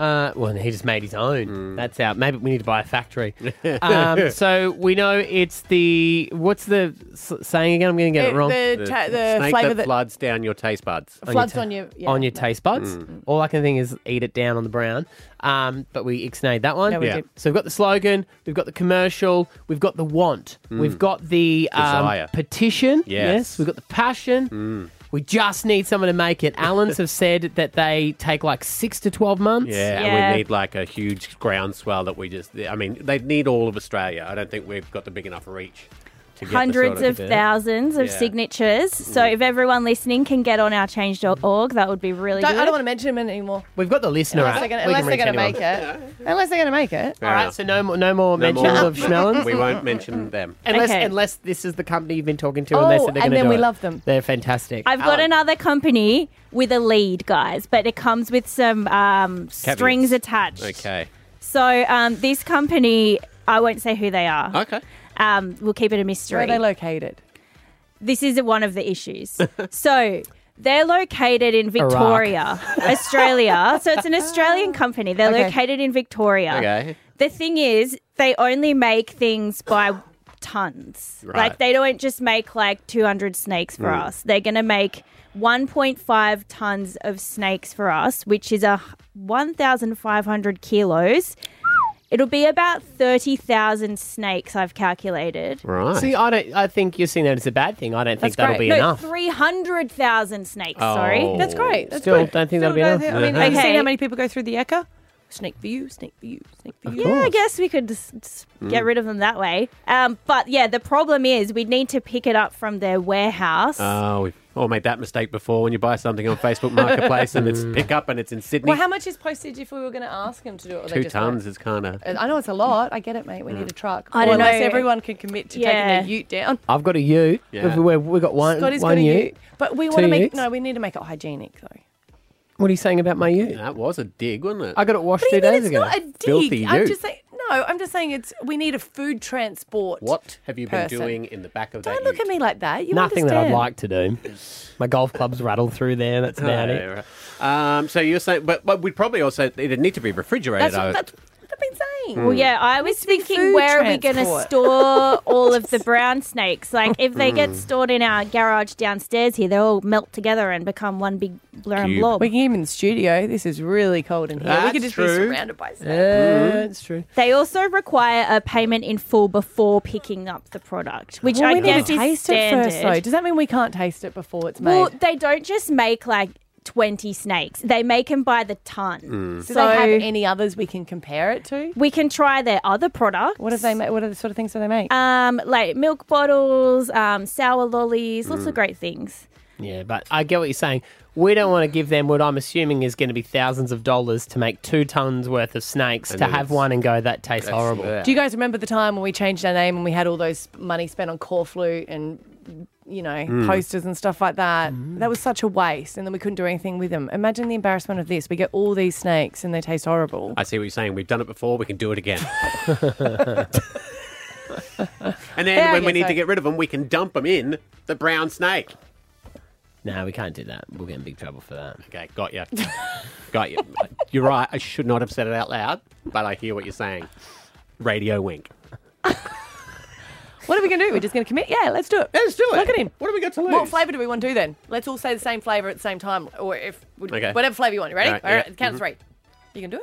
S4: Uh, well, he just made his own.
S5: Mm.
S4: That's out. Maybe we need to buy
S5: [laughs]
S4: a factory. um, so we know it's the what's the s- saying again? I'm going to get it,
S6: It-
S4: wrong.
S6: the ta- the
S5: snake
S6: flavour
S5: that,
S6: that-
S5: floods down your taste buds. Mm.
S6: Floods on your- yeah.
S4: on your taste buds. All I can think is eat it down on the brown. Um, but we ixnayed that one.
S6: No, we Yeah. did.
S4: So we've got the slogan, we've got the commercial, we've got the want,
S5: Mm.
S4: we've got the um,
S5: Desire.
S4: petition.
S5: Yes.
S4: we've got the passion.
S5: Mm.
S4: We just need someone to make
S5: [laughs]
S4: it. Allen's have said that they take like six to twelve months.
S5: Yeah, and we need like a huge groundswell that we just. I mean, they need all of Australia. I don't think we've got the big enough reach. to get the
S16: Hundreds
S5: sort of,
S16: of thousands of
S5: Yeah.
S16: signatures. So if everyone listening can get on our change.org, that would be really
S6: Don't-
S16: good.
S6: I don't want to mention them anymore.
S4: We've got the listener.
S6: Unless
S4: app.
S6: they're gonna-
S4: We can
S6: unless they're
S4: reach
S6: going to
S4: anyone.
S6: make it. Unless they're going to make it.
S4: All right, so no more, no more
S5: No
S4: mentions
S5: [laughs] more.
S4: of Schmelins.
S5: We won't mention
S16: [laughs]
S5: them.
S4: Unless,
S16: Okay.
S4: unless this is the company you've been talking to,
S16: Oh,
S4: and they said they're going
S16: and
S4: to
S16: then
S4: do
S16: we
S4: it.
S16: love them.
S4: They're fantastic.
S16: I've got another company with a lead, guys, but it comes with some um,
S4: Caveats.
S16: strings attached.
S5: Okay.
S16: So um, this company, I won't say who they are.
S5: Okay.
S16: Um, we'll keep it a mystery.
S6: Where are they located?
S16: This is one of the
S5: [laughs]
S16: issues. so they're located
S5: [laughs]
S16: in Victoria, Australia. So it's an Australian company. They're
S12: Okay.
S16: located in Victoria.
S5: Okay.
S16: The thing is, they only make things by tons.
S12: Right.
S16: Like they don't just make like 200 snakes for
S12: Mm.
S16: us. They're going to make 1.5 tons of snakes for us, which is a 1,500 kilos. It'll be about 30,000 snakes I've calculated.
S4: See, I don't. I think you're seeing that as a bad thing. I don't think that'll be
S16: no,
S4: enough.
S16: 300,000 snakes, sorry.
S4: Oh. That's great, that's Still great. don't think that'll be enough.
S6: I mean, have you
S16: Okay.
S6: seen how many people go through the Ekka? Snake for you, snake for you, snake for you.
S16: Yeah, I guess we could just, just get
S6: Mm.
S16: rid of them that way. Um, but yeah, the problem is we need to pick it up from their warehouse.
S5: Oh, we've all made that mistake before when you buy something on Facebook Marketplace and
S4: [laughs]
S5: it's pick up and it's in Sydney.
S6: Well, how much is postage if we were going to ask him to do it? Or they
S5: Two
S6: just
S5: tons is kind of.
S6: Uh, I know it's a lot. I get it, mate. We
S4: Mm.
S6: need a truck.
S16: I
S6: Or
S16: don't know.
S6: Unless everyone can commit to
S16: Yeah.
S6: taking a ute down.
S4: I've got a ute.
S5: Yeah.
S4: We've, we've got one.
S6: Scotty's
S4: one
S6: got a
S4: ute.
S6: ute. But we want to
S4: Two
S6: make
S4: utes.
S6: no. We need to make it hygienic though.
S4: What are you saying about my ute?
S5: That was a dig, wasn't it?
S4: I got it washed
S6: What do
S4: two
S6: you mean
S4: days
S6: it's
S4: ago.
S6: not a dig? I'm just saying. No, I'm just saying it's. We need a food transport.
S5: What have you been
S6: person.
S5: doing in the back of
S6: Don't
S5: that?
S6: look at me like that. You
S4: Nothing that I'd
S6: understand.
S4: like to do. My golf clubs rattle through there. That's
S5: [laughs]
S4: about it.
S5: Yeah, right. Um, so you're saying, but, but we'd probably also it'd need to be refrigerated. I-
S16: Well,
S4: Hmm.
S5: Mm.
S16: yeah, I was thinking,
S6: food
S16: where are we going to
S6: transport. [laughs]
S16: store all of the brown snakes? Like, if they get
S4: Hmm.
S6: Mm.
S16: stored in our garage downstairs here, they all melt together and become one big blur and blob.
S6: We can even in the studio. This is really cold in here. we could
S16: That's
S6: just be
S16: true.
S6: surrounded by snakes. Hmm.
S4: Yeah, that's true.
S16: They also require a payment in full before picking up the product, which
S6: Well,
S16: I
S6: we need
S16: guess
S6: to
S16: is
S6: taste
S16: standard.
S6: it first, though. Does that mean we can't taste it before it's made?
S16: well, they don't just make like 20 snakes, they make them by the ton.
S6: Do
S16: So,
S6: they have any others we can compare it to?
S16: we can try their other products.
S6: What do they make? What are the sort of things that they make?
S16: Um, like milk bottles, um, sour lollies, lots
S6: Mm.
S16: of great things.
S4: Yeah, but I get what you're saying. We don't want to give them what I'm assuming is going to be thousands of dollars to make two tons worth of snakes
S6: And
S4: to
S6: then
S4: have
S6: it's-
S4: one and go that tastes horrible.
S6: Do you guys remember the time when we changed our name and we had all those money spent on core flute and you know
S4: Mm.
S6: posters and stuff like that?
S16: Mm.
S6: That was such a waste, and then we couldn't do anything with them. Imagine the embarrassment of this. We get all these snakes and they taste horrible.
S5: I see what you're saying. We've done it before. We can do it again. and then
S6: Yeah, I
S5: when we
S6: guess
S5: need
S6: so.
S5: to get rid of them, we can dump them in the brown snake.
S4: No, we can't do that. We'll get in big trouble for that.
S5: Okay, got you. got you. You're right. I should not have said it out loud, but I hear what you're saying. Radio wink.
S6: What are we going to do? We're just going to commit? Yeah, let's do it.
S5: Let's do it.
S6: Look at him.
S5: What do we got to
S6: What
S5: lose?
S6: flavour do we want to do then? Let's all say the same flavour at the same time, or if
S4: Okay.
S6: whatever flavour you want. You ready? All
S4: Alright,
S6: right,
S4: yeah.
S6: count
S4: Mhm.
S6: to three. You can do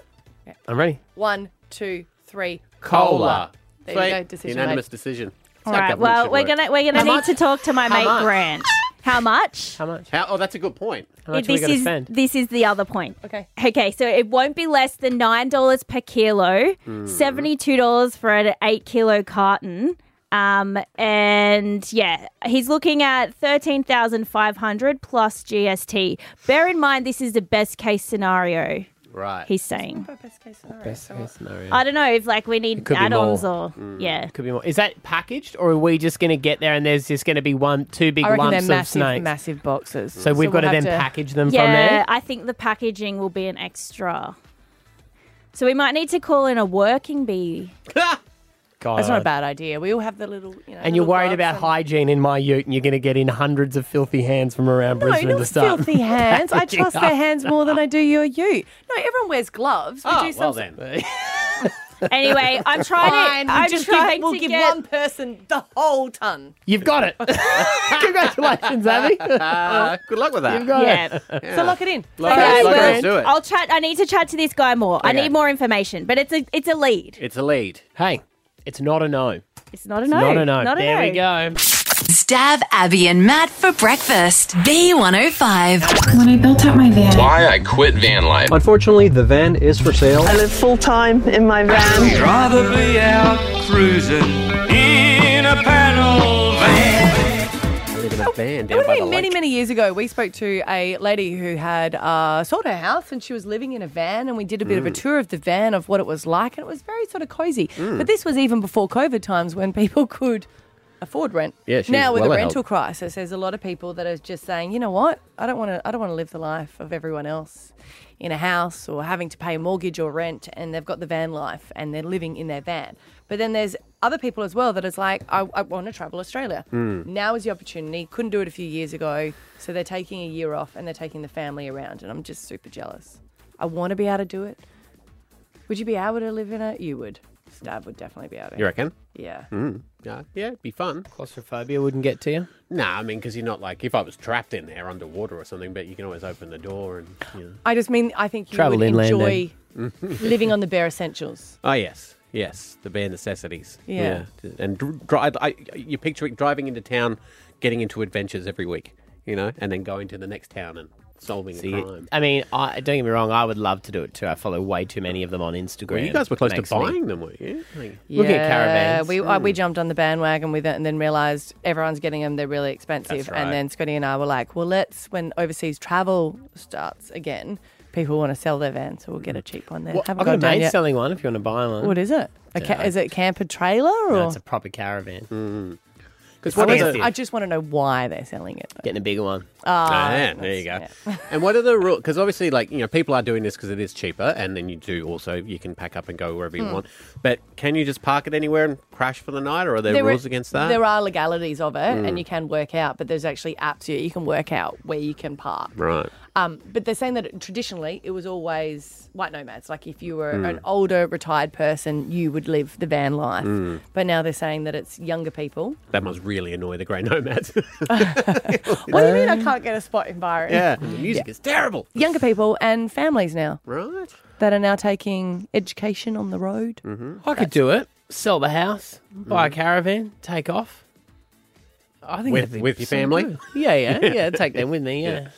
S6: it.
S4: I'm ready.
S6: One, two, three.
S4: Cola.
S6: There
S5: Sweet.
S6: you go. Decision
S5: Unanimous
S6: made.
S5: decision. That's
S16: All
S5: how
S16: right.
S5: government
S16: Well,
S5: should
S16: we're
S5: work.
S16: gonna we're gonna
S5: How
S16: need
S5: much?
S16: to talk to my
S5: How
S16: mate
S5: much?
S16: Grant. How much?
S4: How much?
S5: How, oh, that's a good point.
S16: this is this is the other point.
S6: Okay.
S16: Okay. So it won't be less than nine dollars per kilo,
S5: Mm.
S16: seventy two dollars for an eight kilo carton. Um, and yeah, he's looking at thirteen thousand five hundred plus GST. Bear in mind, this is the best case scenario.
S5: Right.
S16: He's saying.
S4: Best case scenario. Mm.
S16: I don't know if like we
S4: It
S16: need
S4: could be
S16: add-ons
S4: more.
S16: or
S5: Hmm.
S16: yeah.
S4: Could be more. Is that packaged, or are we just going to get there and there's just going to be one, two big
S6: I reckon they're
S4: lumps of
S6: massive,
S4: snakes?
S6: massive boxes.
S4: So we've got to
S6: we'll
S4: then
S6: have
S4: package them
S16: yeah,
S4: from there.
S16: I think the packaging will be an extra. So we might need to call in a working bee.
S6: That's not a bad idea. We all have the little, you know.
S4: And you're
S6: little
S4: worried about
S6: gloves
S4: hygiene in my ute, and you're going to get in hundreds of filthy hands from around [laughs]
S6: and-
S4: Brisbane
S6: No,
S4: to
S6: not
S4: start. [laughs]
S6: filthy hands. I
S4: packaging
S6: trust their
S4: up.
S6: hands more than I do your you. No, everyone wears gloves. We
S4: Oh,
S6: do some
S5: [laughs]
S4: well then.
S6: [laughs]
S16: Anyway, I'm trying
S6: Fine,
S16: to.
S6: we'll
S16: I'm
S6: just give-
S16: trying
S6: we'll
S16: to
S6: give
S16: get
S6: one person the whole ton.
S4: You've got it.
S6: [laughs]
S4: Congratulations, Abby.
S5: Ah, [laughs] good luck with that.
S4: You've got
S16: Yeah.
S4: it.
S16: So lock it in.
S5: Lock
S16: Okay,
S5: it in. Lock it in.
S16: well,
S5: Let's do it.
S16: I'll chat. I need to chat to this guy more. I
S4: Okay.
S16: need more information, but it's a it's a lead.
S4: It's a lead. Hey, it's not a no.
S16: It's not a
S4: It's
S16: no.
S4: not a no.
S16: Not a
S4: there
S16: no.
S4: we go.
S2: Stab Abby and Matt for breakfast. B105.
S18: When I built up my van,
S17: Why I quit van life.
S19: Unfortunately, the van is for sale.
S18: I live full time in my van.
S19: Probably out cruising in a panel van.
S5: I live in a van
S6: It
S5: down
S6: would
S5: by
S6: have
S5: the
S6: been many,
S5: lake.
S6: many years ago. We spoke to a lady who had uh, sold her house and she was living in a van, and we did a bit of a
S16: Mm.
S6: tour of the van of what it was like, and it was very sort of cozy.
S16: Mm.
S6: But this was even before COVID times when people [laughs] could afford rent.
S16: Yeah, she
S6: now
S16: was
S6: with
S16: well
S6: the
S16: held.
S6: rental crisis, there's a lot of people that are just saying, you know what, I don't want to, I don't want to live the life of everyone else in a house or having to pay a mortgage or rent, and they've got the van life and they're living in their van. But then there's other people as well that is like, I, I want to travel Australia.
S16: Mm.
S6: Now is the opportunity. Couldn't do it a few years ago, so they're taking a year off and they're taking the family around, and I'm just super jealous. I want to be able to do it. Would you be able to live in it? You would. Stab would definitely be able to.
S5: You reckon?
S6: Yeah.
S5: Mm. Yeah, yeah, it'd be fun.
S4: Claustrophobia wouldn't get to you.
S5: Nah, I mean, because you're not like if I was trapped in there underwater or something, but you can always open the door and. You know.
S6: I just mean I think you
S5: Travel
S6: would
S5: inland
S6: enjoy
S5: then. [laughs]
S6: living on the bare essentials.
S5: Oh yes, yes, the bare necessities.
S6: Yeah.
S5: and dr- drive. I, you picture it driving into town, getting into adventures every week, you know, and then going to the next town and solving a crime.
S4: I mean, I, don't get me wrong. I would love to do it too. I follow way too many of them on Instagram.
S5: Well, you guys were close to
S4: Makes me-
S5: buying them, weren't you? Like,
S4: Look at caravans. Mm.
S6: We, uh, we jumped on the bandwagon with it and then realized everyone's getting them. They're really expensive.
S4: That's right.
S6: And then Scotty and I were like, well, let's, when overseas travel starts again, people want to sell their van. So we'll get a cheap one there.
S4: Well, Mm. I've
S6: Haven't
S4: got a
S6: got down
S4: mate
S6: yet.
S4: selling one. If you want to buy one,
S6: What is it? A ca-
S4: Dunno.
S6: is it camper trailer or?
S4: No, it's a proper caravan. Mm-hmm. Because
S6: I
S4: what is
S6: was-
S4: it?
S6: I just want to know why they're selling it.
S4: Getting a bigger one.
S6: Ah,
S5: yeah, there you go. and what are the rules? Because obviously, like you know, people are doing this because it is cheaper, and then you do also you can pack up and go wherever you
S6: Hmm.
S5: want. But can you just park it anywhere and crash for the night, or are there,
S6: There
S5: rules against that?
S6: There are legalities of it,
S5: Mm.
S6: and you can work out. But there's actually apps here you can work out where you can park.
S5: Right.
S6: Um, but they're saying that traditionally it was always white nomads. Like if you were
S5: Mm.
S6: an older retired person, you would live the van life.
S5: Mm.
S6: But now they're saying that it's
S5: [laughs]
S6: younger people.
S5: That must really annoy the grey nomads.
S6: What do you
S5: [laughs]
S6: mean I can't get a spot in Byron?
S5: yeah, the music is terrible.
S6: Younger people and families now
S5: Right.
S6: that are now taking education on the road.
S5: Mm-hmm.
S4: I could do it. Sell the house, buy a caravan, take off. I think
S5: With-
S4: that'd be
S5: with your
S4: so
S5: family?
S4: good. Yeah, yeah,
S5: [laughs]
S4: yeah. Take them with me. Yeah. Mm-hmm.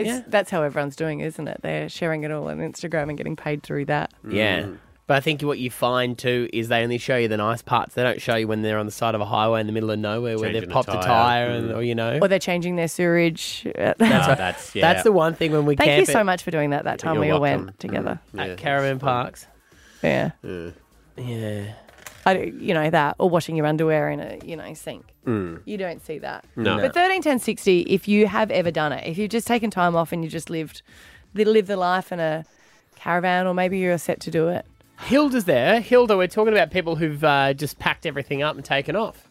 S6: It's, That's how everyone's doing, isn't it? They're sharing it all on Instagram and getting paid through that.
S4: Yeah. But I think what you find too is they only show you the nice parts. They don't show you when they're on the side of a highway in the middle of nowhere where
S6: Changing
S4: they've
S6: a
S4: popped a
S6: tyre.
S4: tire, Mm. and, or you know.
S6: Or they're changing their sewerage. That's,
S4: No, Ah, that's- yeah. that's the one thing when we
S6: Thank
S4: camp
S6: you so
S4: it-
S6: much for doing that that time
S4: You're
S6: we all
S4: welcome. Mm.
S6: went together.
S4: At caravan parks.
S6: Yeah.
S4: Yeah.
S6: I, you know that, or washing your underwear in a you know sink.
S4: Mm.
S6: You don't see that.
S4: No.
S6: But thirteen ten sixty, if you have ever done it, if you've just taken time off and you just lived, li- live the life in a caravan, or maybe you're set to do it.
S4: Hilda's there. Hilda, we're talking about people who've uh, just packed everything up and taken off.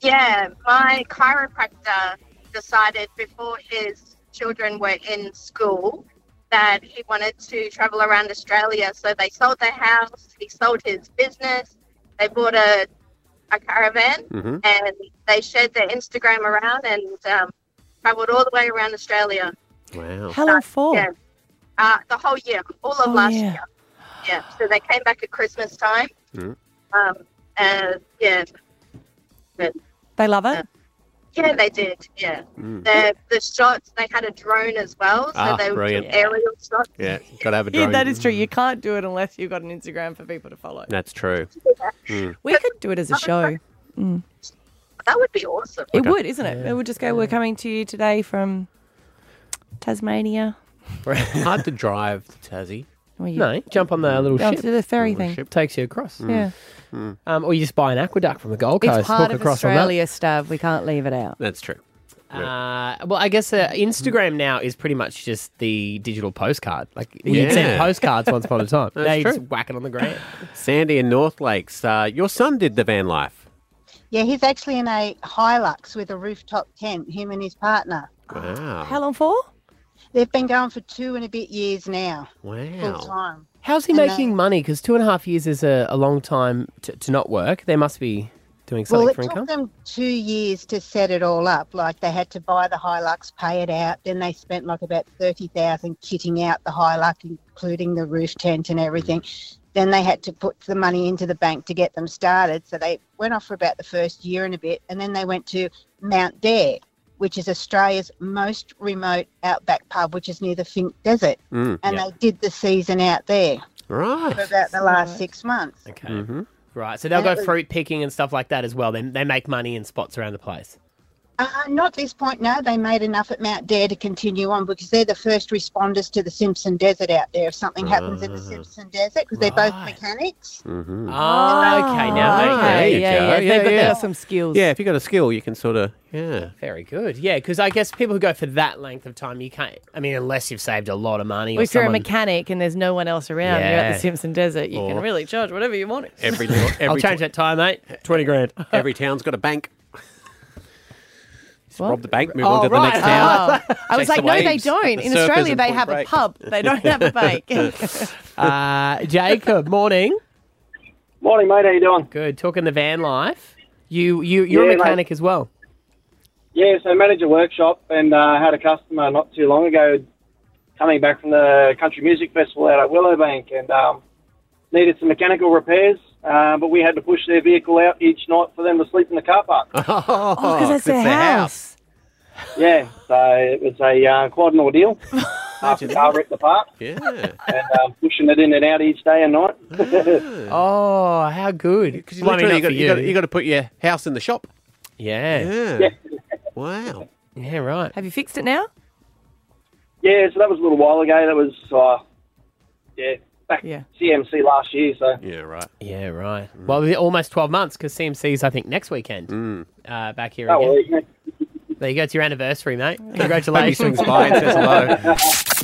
S20: Yeah, my chiropractor decided before his children were in school that he wanted to travel around Australia. So they sold their house, he sold his business, they bought a, a caravan,
S21: Mhm.
S20: and they shared their Instagram around and um, traveled all the way around Australia.
S5: Wow.
S6: How long for?
S20: Yeah. Uh, the whole year, all of
S6: Oh,
S20: last
S6: yeah.
S20: year. Yeah. So they came back at Christmas time.
S4: Mm.
S20: Um, and yeah,
S6: They love it.
S20: yeah, they did. Yeah.
S5: Mm.
S20: The, the shots, they had a drone as well. So
S5: Ah,
S20: they were
S5: brilliant.
S20: aerial shots.
S5: Yeah, gotta have a
S6: [laughs] Yeah,
S5: drone.
S6: that is true. You can't do it unless you've got an Instagram for people to follow.
S5: That's true. [laughs] Mm.
S6: We could do it as a show.
S4: Mm.
S20: That would be awesome.
S6: It would, isn't it? It would just go. We're coming to you today from Tasmania.
S4: Hard to drive to Tassie.
S6: Well, you-
S4: No, jump on the little
S6: Oh,
S4: ship.
S6: to the ferry
S4: Little
S6: thing.
S4: Ship Hmm. takes you across.
S6: Yeah.
S4: Um, or you just buy an aqueduct from the Gold Coast.
S6: it's
S4: hook
S6: part of
S4: across on that.
S6: Australia, Stav. We can't leave it out.
S4: That's true. Uh, well, I guess uh, Instagram now is pretty much just the digital postcard. Like we
S5: Yeah.
S4: sent postcards
S5: [laughs]
S4: once upon a time.
S5: That's
S4: now you just
S5: true.
S4: whack it on the ground.
S5: Sandy and North Lakes, uh, your son did the van life.
S22: Yeah, he's actually in a Hilux with a rooftop tent, him and his partner.
S5: Wow.
S6: long for?
S22: They've been going for two and a bit years now, full
S4: Wow.
S22: time.
S4: How's he
S22: And uh,
S6: uh,
S22: they-
S4: making money? Because two and a half years is a, a long time to, to not work. They must be doing something
S22: Well, it
S4: for
S22: took
S4: income.
S22: them two years to set it all up. Like they had to buy the Hilux, pay it out. Then they spent like about thirty thousand kitting out the Hilux, including the roof tent and everything. Then they had to put the money into the bank to get them started. So they went off for about the first year and a bit, and then they went to Mount Dare, which is Australia's most remote outback pub, which is near the Fink Desert,
S5: Mm,
S22: and
S4: yeah.
S22: they did the season out there
S5: Right.
S22: for about the last six months.
S4: Okay. Right. So they'll
S22: And it
S4: go
S22: was-
S4: fruit picking and stuff like that as well. They, they make money in spots around the place.
S22: Uh, not this point, no. They made enough at Mount Dare to continue on because they're the first responders to the Simpson Desert out there if something happens in the Simpson Desert because they're both mechanics.
S5: Mm-hmm.
S4: Ah, okay, now
S5: Ah,
S4: makes
S5: there you
S4: yeah,
S5: go.
S4: yeah, they've got- they've got some
S6: skills.
S5: Yeah, if you've got a skill, you can sort of, yeah.
S4: Very good. Yeah, because I guess people who go for that length of time, you can't. I mean, unless you've saved a lot of money.
S6: Well,
S4: or
S6: if you're a
S4: someone-
S6: mechanic and there's no one else around, you're at
S4: Yeah.
S6: the Simpson Desert, you can
S4: Or-
S6: really charge whatever you want.
S4: [laughs]
S5: Every little, every
S4: I'll change that tire, mate. Twenty [laughs] grand.
S5: every town's got a bank. Just rob the bank, move
S6: Oh,
S5: on to the next
S6: right.
S5: town. [laughs]
S6: Oh. I was
S5: Chase
S6: like,
S5: the
S6: no, they
S5: waves.
S6: don't.
S5: The
S6: In
S5: surfers
S6: Australia,
S5: and
S6: they
S5: Point
S6: have a
S5: Break.
S6: pub. They don't have
S5: [laughs]
S6: a bank.
S4: [laughs] Uh, Jacob, morning.
S23: Morning, mate. How you doing?
S4: Good. Talking the van life. You, you, you're a
S23: Yeah, mate.
S4: mechanic as well.
S23: Yeah, so manage a workshop and uh, had a customer not too long ago coming back from the country music festival out at Willowbank and um, needed some mechanical repairs, uh, but we had to push their vehicle out each night for them to sleep in the car park.
S5: [laughs] Oh,
S23: 'cause that's their
S5: house.
S23: Yeah, so it was a uh, quite an ordeal. After the car wrecked the park,
S5: yeah,
S23: and um, pushing it in and out each day and night.
S5: [laughs]
S6: [laughs]
S5: Ah.
S4: Oh, how good!
S5: Because literally, you got, you. got, you got to put your house in the shop.
S4: Yeah.
S5: Yeah. wow.
S4: Yeah, right.
S6: Have you fixed it now?
S23: [laughs] Yeah, so that was a little while ago. That was uh, yeah back CMC last year. So
S5: yeah, right.
S4: Yeah, right. Mm. Well, we're almost twelve months because CMC's I think next weekend. Uh, back here
S23: Oh,
S4: again. There you go. It's your anniversary,
S6: [laughs]
S4: mate. Congratulations.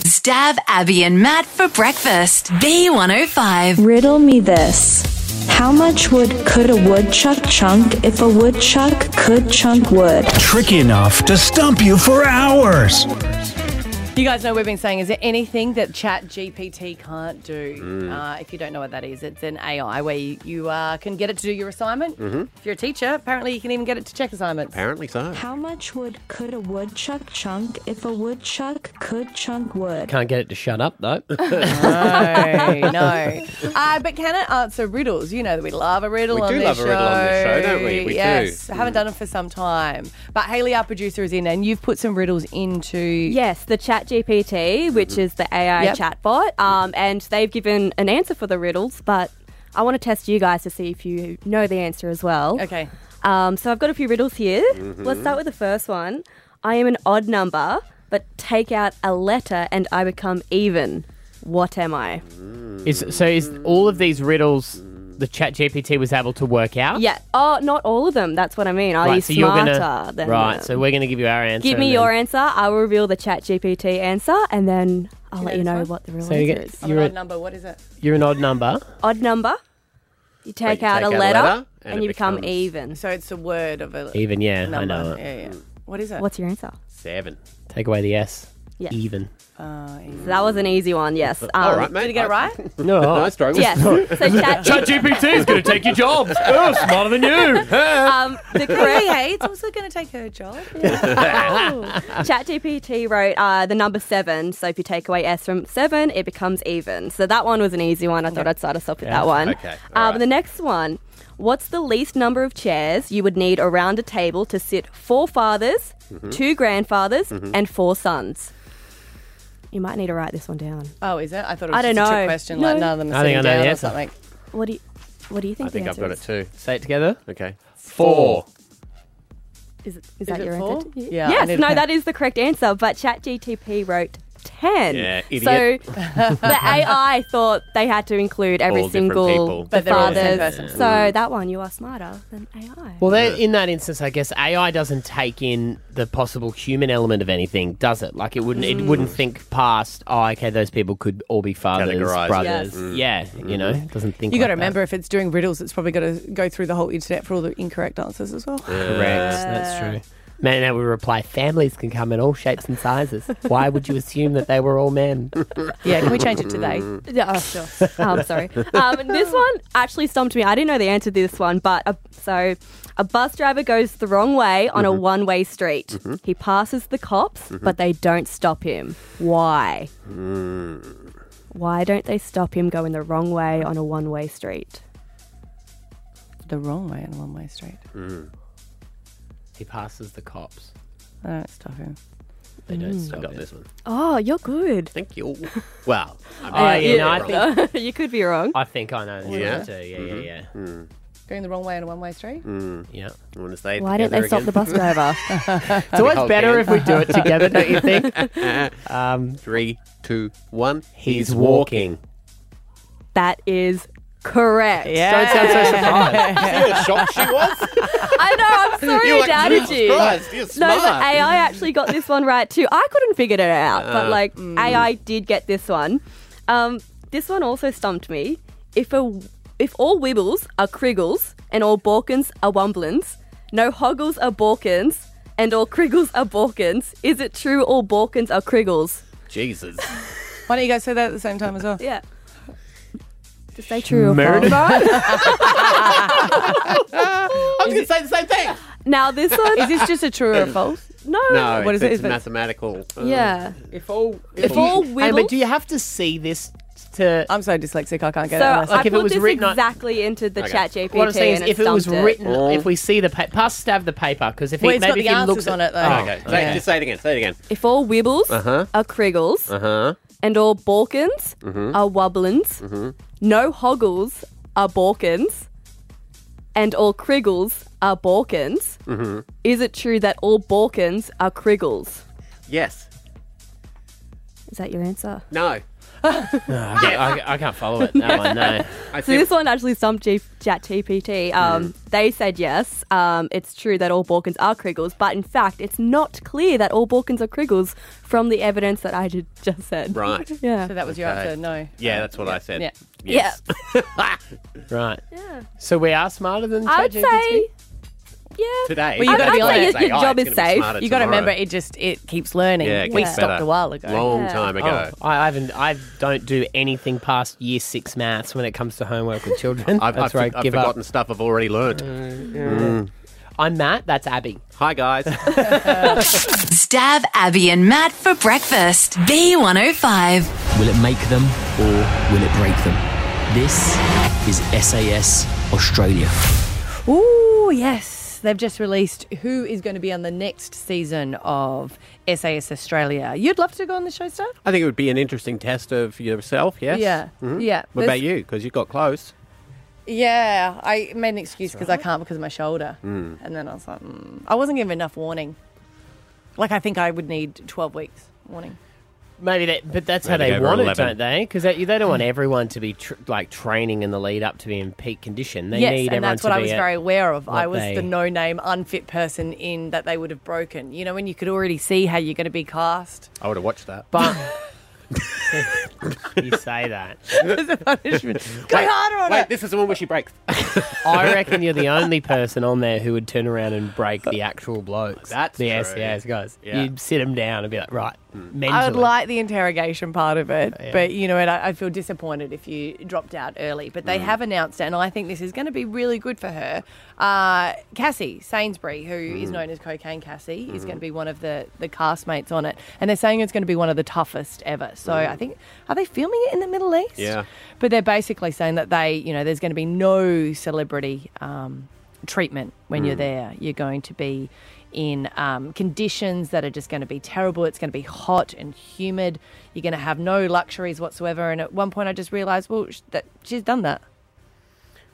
S2: Stab Abby and Matt for breakfast. B105.
S24: Riddle me this. How much wood could a woodchuck chunk if a woodchuck could chunk wood?
S25: Tricky enough to stump you for hours.
S6: You guys know we've been saying, is there anything that Chat GPT can't do?
S5: Mm.
S6: Uh, if you don't know what that is, it's an AI where you, you uh, can get it to do your assignment.
S5: Mhm.
S6: If you're a teacher, apparently you can even get it to check assignments.
S5: Apparently so.
S24: How much wood could a woodchuck chunk if a woodchuck could chunk wood?
S4: [laughs] Can't get it to shut up though.
S6: [laughs] no, no.
S4: [laughs]
S6: Uh, but can it answer riddles? You know that we love a riddle
S4: We
S6: on
S4: do
S6: this
S4: love
S6: show.
S4: a riddle on this show, don't we? We do.
S6: yes.
S4: Mm.
S6: haven't done it for some time. But Haley, our producer, is in and you've put some riddles into.
S16: Yes, the chat
S12: ChatGPT, which is the AI
S6: Yep.
S12: chatbot, um, and they've given an answer for the riddles, but I want to test you guys to see if you know the answer as well.
S6: Okay.
S12: Um, so I've got a few riddles here.
S4: Mm-hmm.
S6: Mhm.
S12: Let's start with the first one. I am an odd number, but take out a letter and I become even. What am I?
S4: Is so is all of these riddles the Chat GPT was able to work out?
S12: Yeah. Oh, not all of them. That's what I mean. Are you
S4: so
S12: smarter
S4: you're gonna
S12: than
S4: right.
S12: them?
S4: So we're gonna give you our answer.
S12: Give me
S4: and
S12: your answer. I will reveal the Chat GPT answer, and then I'll let you know what the real
S4: So
S12: answer
S4: you get-
S12: is.
S4: I'm an you're odd a-
S6: number. What is it?
S4: then. You're an odd number.
S12: Odd number. You take,
S4: you
S12: out,
S4: take
S12: a
S4: out a
S12: letter,
S4: letter,
S12: and,
S4: and it
S12: you become
S4: becomes-
S12: even.
S6: So it's a word of a
S4: Even, yeah, I number. know it.
S6: Yeah, yeah. What is it?
S12: What's your answer?
S5: Seven.
S4: Take away the S.
S12: Yeah.
S4: Even.
S12: So that was an easy one. Yes. Um,
S5: All right, mate.
S12: Did you get it right?
S4: [laughs] No,
S5: I struggle.
S12: Yes. So
S4: [laughs]
S12: Chat-
S4: GPT is going to take your
S12: [laughs]
S4: jobs. Oh, smarter than you.
S12: um,
S4: [laughs]
S12: the correct.
S6: Hey, it's also going to take her job.
S12: [laughs]
S10: Oh.
S12: ChatGPT wrote uh, the number seven. So if you take away S from seven, it becomes even. So that one was an easy one. I thought I'd start us off with
S10: Yeah.
S12: that one.
S10: Okay,
S12: Uh, but The next one. What's the least number of chairs you would need around a table to sit four fathers,
S10: Mhm.
S12: two grandfathers,
S10: Mhm.
S12: and four sons? You might need to write this one down.
S6: Oh, is it? I thought it was
S12: I don't
S6: just a
S12: know.
S6: trick question.
S12: No.
S6: Like none of them are
S4: I think
S6: sitting
S4: I know
S6: down
S4: the
S6: or
S4: answer.
S6: something.
S12: What do you What do you think?
S4: I think
S12: the
S4: I've
S12: answer
S4: got
S12: is?
S4: it too. Say it together.
S5: Okay.
S4: Four.
S12: Is, it,
S6: Is
S12: is that
S6: it
S12: your answer?
S6: four? Yeah, I need
S12: yes.
S6: to
S12: No,
S6: count.
S12: that is the correct answer. But ChatGTP wrote ten.
S5: Yeah, idiot.
S12: So
S4: [laughs]
S12: the AI thought they had to include every
S4: All different people.
S12: single
S4: But they're all the same
S12: fathers.
S4: person.
S12: So that one, you are smarter than AI.
S4: Well, there, in that instance, I guess AI doesn't take in the possible human element of anything, does it? Like it wouldn't, it
S12: Mm.
S4: wouldn't think past. Oh, okay, those people could all be fathers,
S5: Categorised.
S4: brothers.
S6: Yes. Mm.
S4: Yeah, you know, it doesn't think.
S6: You got
S4: like
S6: to remember, if it's doing riddles, it's probably got to go through the whole internet for all the incorrect answers as well.
S4: that. correct. That's true. Man, now we reply. Families can come in all shapes and sizes. Why would you assume that they were all men?
S6: [laughs] Yeah, can we change it
S4: [laughs]
S6: to they?
S12: [laughs] Yeah, oh, sure. Oh, I'm sorry.
S6: Uh,
S12: Um, this one actually stumped me. I didn't know the answer to this one, but a, so a bus driver goes the wrong way on a
S4: Mm-hmm.
S10: Mhm.
S12: one way street.
S10: Mhm.
S12: He passes the cops,
S10: Mhm.
S12: but they don't stop him. Why?
S5: Mm.
S12: Why don't they stop him going the wrong way on a one way street?
S6: The wrong way and one way street.
S4: He passes the cops.
S6: I don't stop him.
S4: They don't
S6: Mm.
S4: stop.
S5: Got this one.
S12: Oh, you're good.
S5: Thank
S6: [laughs]
S5: you. Well,
S4: Oh, yeah, no, I
S5: wrong.
S4: think
S12: you could be wrong.
S4: I think I know. this
S5: Yeah?
S4: one too. Yeah,
S5: Mhm.
S4: yeah, yeah.
S5: Mm.
S6: Going the wrong way on a one way
S4: [laughs]
S6: street?
S5: Mm.
S4: Yeah.
S5: Want to say it
S12: Why didn't they
S5: together
S12: stop
S5: again?
S4: [laughs]
S12: the bus driver?
S15: [laughs]
S4: It's always better if we do
S5: [laughs]
S4: it together, don't you think?
S5: um, Three, two, one.
S4: He's walking.
S12: That is correct.
S4: Yeah. Don't sound so surprised.
S10: [laughs]
S4: See how shocked she
S5: was?
S12: I know. I'm sorry
S10: You're
S12: I
S10: like,
S12: doubted
S10: Jesus
S12: you.
S10: Christ, you're
S12: No, but
S10: smart.
S12: AI actually got this one right too. I couldn't figure it out,
S10: Ah.
S12: but like
S10: Mm.
S12: AI did get this one. Um, this one also stumped me. If a if all Wibbles are Kriggles and all Borkins are Wumblins, no Hoggles are Borkins and all Kriggles are Borkins, is it true all Borkins are Kriggles?
S5: Jesus.
S6: Why don't you guys say that at the same time as well?
S12: Yeah. To say true or
S6: Murder. [laughs]
S12: false.
S5: I was going to say the same thing.
S12: Now this one
S6: Is this just a true or a false?
S12: No.
S5: No,
S4: What
S5: what
S4: is
S5: is
S4: it?
S5: it's
S4: If it's-
S5: mathematical. uh,
S12: Yeah.
S4: If all
S5: If all
S4: Hey, but
S12: wibbles-
S4: do you have to see this to?
S6: I'm so dyslexic, I can't
S12: So
S6: get it.
S12: I put this exactly into the chat GPT.
S4: What I'm saying is,
S12: and
S4: if it was
S12: stumped it.
S4: written, if we see the paper, pass stab the paper because if
S12: Well,
S4: he,
S12: it's got
S4: maybe
S12: the
S4: if he
S12: answers
S4: looks at-
S12: on it, though.
S4: Oh,
S5: Okay. Say,
S4: okay.
S5: Just say it again. Say it again.
S12: If all Wibbles
S5: Uh
S4: Uh-huh.
S5: huh.
S12: are Kriggles
S5: Uh huh.
S12: and all Borkins
S5: Mhm.
S12: are Wobblins,
S5: Mhm.
S12: no Hoggles are Borkins, and all Kriggles are Borkins,
S5: Mhm.
S12: is it true that all Borkins are Kriggles?
S5: Yes.
S12: Is that
S4: [laughs]
S12: your answer?
S5: No.
S4: No, I, can't, I, I can't follow it. That one,
S12: [laughs]
S4: no.
S12: so this one actually stumped G- ChatGPT. Um, They said yes, um, it's true that all Balkans are Kriggles, but in fact, it's not clear that all Balkans are Kriggles from the evidence that I ju- just said.
S5: Right.
S12: [laughs] yeah.
S6: So that was your
S5: Okay.
S6: answer, no.
S5: Yeah, that's what I said.
S6: Yeah.
S5: Yes. [laughs]
S4: Right.
S12: Yeah.
S4: So we are smarter than
S12: I would
S4: ChatGPT?
S12: say, yeah.
S5: Today.
S6: Well, you got to be honest.
S12: your
S4: oh,
S12: job is safe.
S6: You got to remember, it just it keeps learning.
S4: Yeah,
S6: we stopped a while ago.
S4: Oh, I I haven't. I don't do anything past year six maths when it comes to homework with [laughs] children.
S5: I've, I've,
S4: That's where I
S5: for- I've
S4: give
S5: forgotten
S4: up.
S5: stuff I've already learned. Mm.
S4: I'm Matt. That's Abby.
S5: Hi
S4: [laughs]
S5: guys.
S2: [laughs] Stab Abby and Matt for breakfast. [laughs] B105.
S1: Will it make them or will it break them? This is SAS Australia.
S12: Ooh, yes.
S6: they've just released who is going to be on the next season of SAS Australia. You'd love to go on the show, Star?
S5: I think it would be an interesting test of yourself, yes?
S6: Yeah,
S5: Mhm.
S6: yeah.
S5: What about
S6: There's-
S5: you? Because you got close.
S6: Yeah, I made an excuse because I can't because of my shoulder.
S5: Mm.
S6: And then I was like, mm. I wasn't given enough warning. Like, I think I would need 12 weeks warning.
S4: Maybe that, but that's how
S6: Maybe
S4: they
S6: go
S4: want it,
S6: 11.
S4: don't they? Because they, they don't want everyone to be tr- like training in the lead up to be in peak condition. They
S6: yes,
S4: need everyone
S6: and that's
S4: to
S6: what I
S4: be
S6: was
S4: at
S6: very aware of. I
S4: what
S6: was the
S4: they-
S6: no-name, unfit person in that they would have broken. You know, when you could already see how you're going to be cast.
S5: I would have watched that. [laughs]
S4: But you say that
S6: as a punishment. Go
S5: wait,
S6: harder on
S5: wait,
S6: it.
S5: this is the one where she breaks.
S4: [laughs] I reckon you're the only person on there who would turn around and break the actual blokes.
S5: That's
S4: the
S5: true.
S4: SES guys.
S5: Yeah. Hmm.
S4: You'd sit them down and be like, right, mentally.
S6: I would like the interrogation part of it,
S4: Yeah.
S6: but you know, and I, I feel disappointed if you dropped out early. But they
S4: Mm.
S6: have announced it, and I think this is going to be really good for her. Uh, Cassie Sainsbury, who is
S3: Mm.
S6: known as Cocaine Cassie, is
S4: Mm-hmm.
S3: Mhm.
S6: going to be one of the the castmates on it, and they're saying it's going to be one of the toughest ever. So
S4: Mm.
S6: I think are they filming it in the Middle East?
S5: [laughs] Yeah.
S6: But they're basically saying that they, you know, there's going to be no celebrity um, treatment when you're
S3: Mm.
S6: there. You're going to be in um, conditions that are just going to be terrible. It's going to be hot and humid. You're going to have no luxuries whatsoever. And at one point, I just realised, well, sh- that she's done that.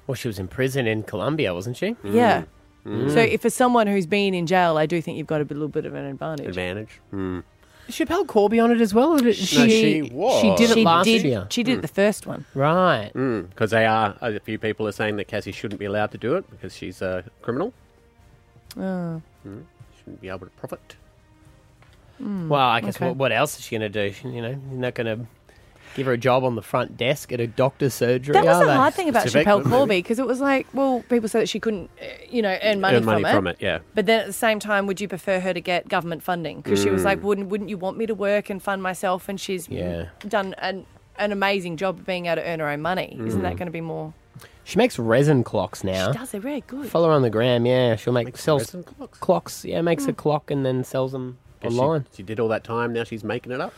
S4: Well, she was in prison in Colombia, wasn't she?
S5: Hmm.
S6: Yeah.
S4: Mm.
S6: So, if for someone who's been in jail, I do think you've got a little bit of an advantage.
S5: Advantage. Mm.
S4: Chappelle Corby on it as well. Or did
S5: She- No, she was.
S6: She did it
S5: She
S6: last
S5: did-
S6: year. She did it
S4: Hmm.
S6: the first one.
S4: Right.
S5: Because Mm, they are, uh, a few people are saying that Cassie shouldn't be allowed to do it because she's a criminal.
S4: Hmm.
S6: Oh.
S5: Mm. Shouldn't be able to profit.
S6: Mm.
S4: Well, I guess
S6: Okay.
S4: what, what else is she going to do? You know, you're not going to give her a job on the front desk at a doctor's surgery.
S6: That was
S4: are
S6: the
S4: they?
S6: hard thing about Chappelle Corby because it was like, well, people said that she couldn't, uh, you know, earn money,
S5: Earn money
S6: from,
S5: from
S6: it.
S5: it, yeah.
S6: But then at the same time, would you prefer her to get government funding? Because she was
S5: Mm.
S6: like, wouldn't wouldn't you want me to work and fund myself? And she's
S4: Yeah.
S6: done an an amazing job of being able to earn her own money. Isn't that
S4: Mm.
S6: going to be more?
S4: She makes resin clocks now.
S6: Does it very good.
S4: Follow her on the gram, yeah. She'll make sells
S5: resin
S4: clocks. yeah. Makes a
S6: Hmm.
S5: Mm.
S4: clock and then sells them
S5: Guess she- [laughs]
S4: online.
S5: She, did all that time, now she's making it up.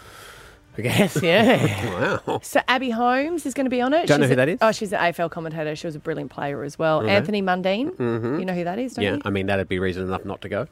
S4: I guess, yeah.
S5: [laughs] wow.
S6: So Abby Holmes is going to be on it.
S5: Don't know
S6: She's
S5: who
S6: a-
S5: that is.
S6: Oh, she's an AFL commentator. She was a brilliant player as well.
S5: Okay.
S6: Anthony Mundine.
S5: Mhm.
S6: You know who that is, don't
S5: Yeah,
S6: you?
S5: I mean, that'd be reason enough not to go.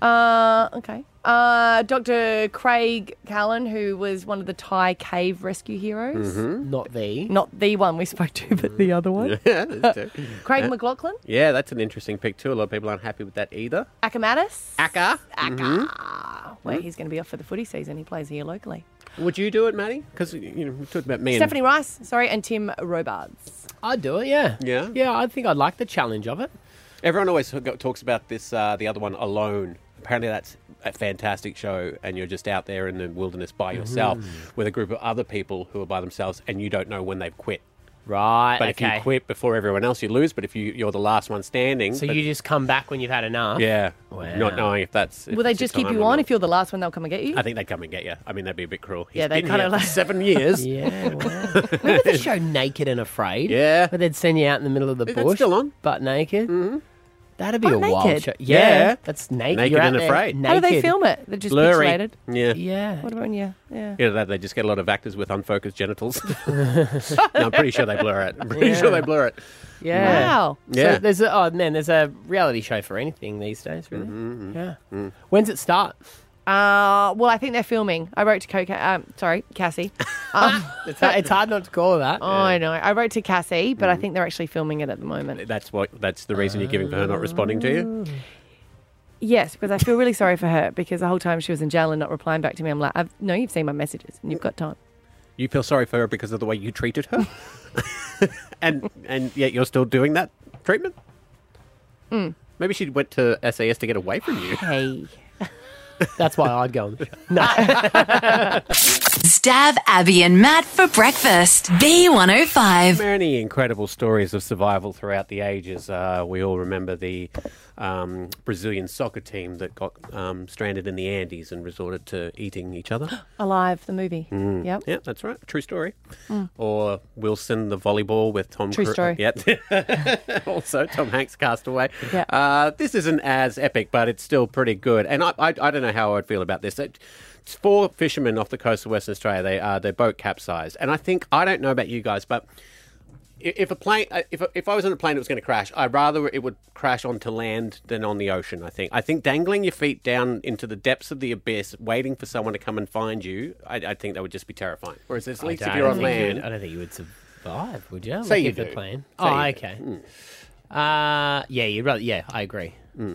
S6: Uh, okay. Uh, Dr. Craig Callan, who was one of the Thai cave rescue heroes.
S4: Not the.
S6: Not the one we spoke to, but the other one.
S5: Mm-hmm. [laughs] Yeah, that's true.
S6: Craig
S5: Uh,
S6: McLaughlin,
S5: Yeah, that's an interesting pick, too. A lot of people aren't happy with that either. Mm-hmm.
S6: Akamatis,
S5: Akka. Hmm?
S6: where Oh, he's going to be off for the footy season. He plays here locally.
S5: Would you do it, Maddie? Because you know, we talked about men.
S6: Stephanie Rice, sorry, and Tim Robards.
S4: I'd do it, yeah.
S5: Yeah.
S4: Yeah, I think I'd like the challenge of it.
S5: Everyone always talk- talks about this, uh, the other one, Alone. Apparently, that's a fantastic show, and you're just out there in the wilderness by yourself
S4: Mhm.
S5: with a group of other people who are by themselves, and you don't know when they've quit.
S4: Right.
S5: But if
S4: okay.
S5: you quit before everyone else, you lose. But if you, you're the last one standing,
S4: so
S5: but-
S4: you just come back when you've had enough.
S5: yeah,
S4: Wow.
S5: not knowing if that's if
S6: Will they
S5: it's your
S6: just keep
S5: time
S6: you
S5: or
S6: on?
S5: not.
S6: If you're the last one, they'll come and get you.
S5: I think they'd come and get you. I mean, that'd be a bit cruel. He's
S6: Yeah, they
S5: been
S6: kinda
S5: here
S6: like-
S5: for seven years.
S4: yeah. Wow.
S5: [laughs]
S4: Remember the show Naked and Afraid?
S5: Yeah.
S4: But they'd send you out in the middle of the
S5: Is that
S4: bush.
S5: still on?
S4: Butt naked. Mm-hmm. That'd be
S5: Butt
S4: a wild
S5: naked?
S4: show.
S5: Yeah.
S4: Yeah. That's naked.
S5: Naked
S4: You're out
S5: and
S4: there
S5: Afraid.
S6: How do they
S4: naked.
S6: film it? They're just
S5: Blurry.
S6: pixelated.
S5: Yeah.
S4: Yeah.
S6: What about when you? Yeah.
S5: Yeah, they- they just get a lot of actors with unfocused genitals. [laughs] no, I'm pretty sure they blur it. I'm pretty
S4: Yeah.
S5: sure they blur it.
S4: Yeah.
S6: Wow.
S5: Yeah.
S4: So there's a, oh man, there's a reality show for anything these days, really.
S5: Mm-hmm.
S4: Yeah. When's it start?
S6: Uh, well, I think they're filming. I wrote to Coca. Um, sorry,
S5: [laughs]
S6: Cassie. Um,
S4: [laughs] It's hard, it's hard not to call her that.
S6: Oh, I know. I wrote to Cassie, but
S5: Mm.
S6: I think they're actually filming it at the moment.
S5: That's what. That's the reason you're giving for her not responding to you.
S6: Yes, because I feel really sorry for her because the whole time she was in jail and not replying back to me, I'm like, I've, no, you've seen my messages and you've got time.
S5: You feel sorry for her because of the way you treated her, [laughs] and and yet you're still doing that treatment.
S6: Mm.
S5: Maybe she went to SAS to get away from you. [laughs]
S6: Hey.
S4: That's why I'd go on the show.
S2: Stab Abby and Matt for breakfast. B105.
S5: Many incredible stories of survival throughout the ages. Uh, we all remember the um, Brazilian soccer team that got um, stranded in the Andes and resorted to eating each other.
S6: Alive, the movie.
S5: Mm.
S6: Yep.
S5: Yeah, that's right. True story.
S6: Mm.
S5: Or Wilson, the volleyball with Tom.
S6: True
S5: Cru-
S6: story.
S5: [laughs] Yeah. also, Tom Hanks cast away.
S6: Yeah.
S5: Uh, this isn't as epic, but it's still pretty good. And I, I, I don't know how I'd feel about this. It- It's four fishermen off the coast of Western Australia. They uh, their boat capsized, and I think I don't know about you guys, but i- if a plane, uh, if, if I was on a plane that was going to crash, I'd rather it would crash onto land than on the ocean. I think. I think dangling your feet down into the depths of the abyss, waiting for someone to come and find you, I, I think that would just be terrifying. Whereas at
S4: I
S5: least if
S4: don't
S5: you're on
S4: think
S5: land,
S4: you'd- I don't think you would survive, would you?
S5: Say
S4: Like,
S5: you
S4: if the
S5: do. Hmm.
S4: Plane.
S5: Say
S4: Oh,
S5: you
S4: okay. Uh, yeah, you'd rather. Yeah, I agree.
S5: Hmm.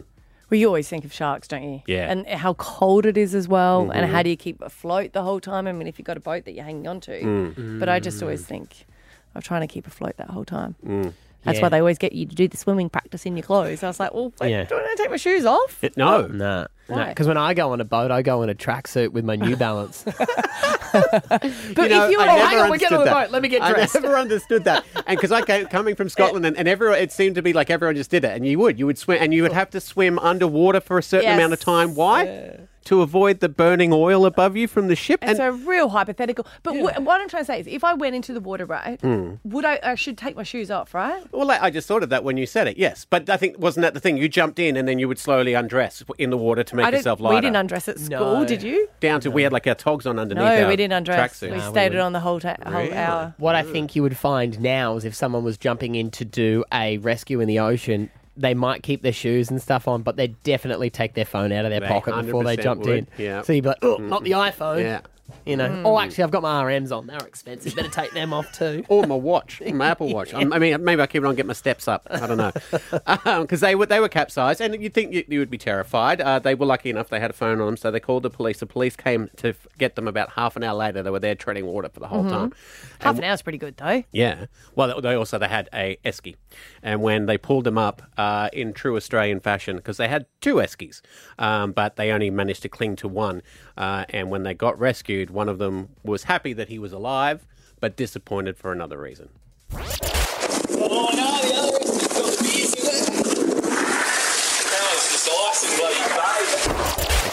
S6: Well, you always think of sharks, don't you?
S4: Yeah.
S6: And how cold it is as well, and
S4: Mhm.
S5: Mm-hmm.
S6: how do you keep afloat the whole time? I mean, if you've got a boat that you're hanging on to.
S4: Mm.
S6: But I just always think I'm trying to keep afloat that whole time.
S5: Mm.
S6: That's
S4: Yeah.
S6: why they always get you to do the swimming practice in your clothes. I was like, well, wait,
S4: Yeah.
S6: do I want to take my shoes off?
S4: no, no, no.
S6: Why?
S4: Because when I go on a boat, I go in a tracksuit with my New Balance.
S6: But
S5: know,
S6: if you were,
S5: I
S6: oh,
S5: never
S6: hang on, we're getting on
S5: understood
S6: the
S5: that.
S6: boat. Let me get
S5: I
S6: dressed.
S5: never understood that, and because I came coming
S6: [laughs]
S5: from Scotland, and, and everyone, it seemed to be like everyone just did it, and you would, you would swim, and you would have to swim underwater for a certain
S6: Yes.
S5: amount of time. Why? To avoid the burning oil above you from the ship,
S6: It's
S5: and
S6: a real hypothetical. But wh- what I'm trying to say is, if I went into the water, right,
S5: Mm.
S6: would I? I should take my shoes off, right?
S5: Well, I, I just thought of that when you said it. Yes, but I think wasn't that the thing? You jumped in and then you would slowly undress in the water to make
S6: I didn't-
S5: yourself
S6: we
S5: lighter.
S6: didn't undress at school, No. did you?
S5: Down to we had like our togs on underneath.
S6: No,
S5: our
S6: we didn't undress.
S5: tracksuit.
S6: We stayed on the whole ta- whole
S4: Really?
S6: hour.
S4: What I think you would find now is if someone was jumping in to do a rescue in the ocean, they might keep their shoes and stuff on, but they'd definitely take their phone out of their
S5: They
S4: pocket before they
S5: 100%
S4: jumped
S5: would,
S4: in.
S5: yeah.
S4: So you'd be like, oh,
S5: Mm.
S4: not the iPhone.
S5: Yeah.
S4: You know,
S5: Mm.
S4: oh, actually, I've got my RMs on. They're expensive. Better take them off too.
S5: or my watch, my Apple Watch. I'm- I mean, maybe I keep it on, get my steps up. I don't know, because they were they were capsized, and you'd think you, you would be terrified. Uh, they were lucky enough; they had a phone on them, so they called the police. The police came to f- get them about half an hour later. They were there treading water for the whole
S6: Mhm.
S5: time.
S6: Half an hour's pretty good though.
S5: Yeah. Well, they also they had a esky, and when they pulled them up uh, in true Australian fashion, because they had two eskies, um, but they only managed to cling to one. Uh, and when they got rescued, one of them was happy that he was alive, but disappointed for another reason.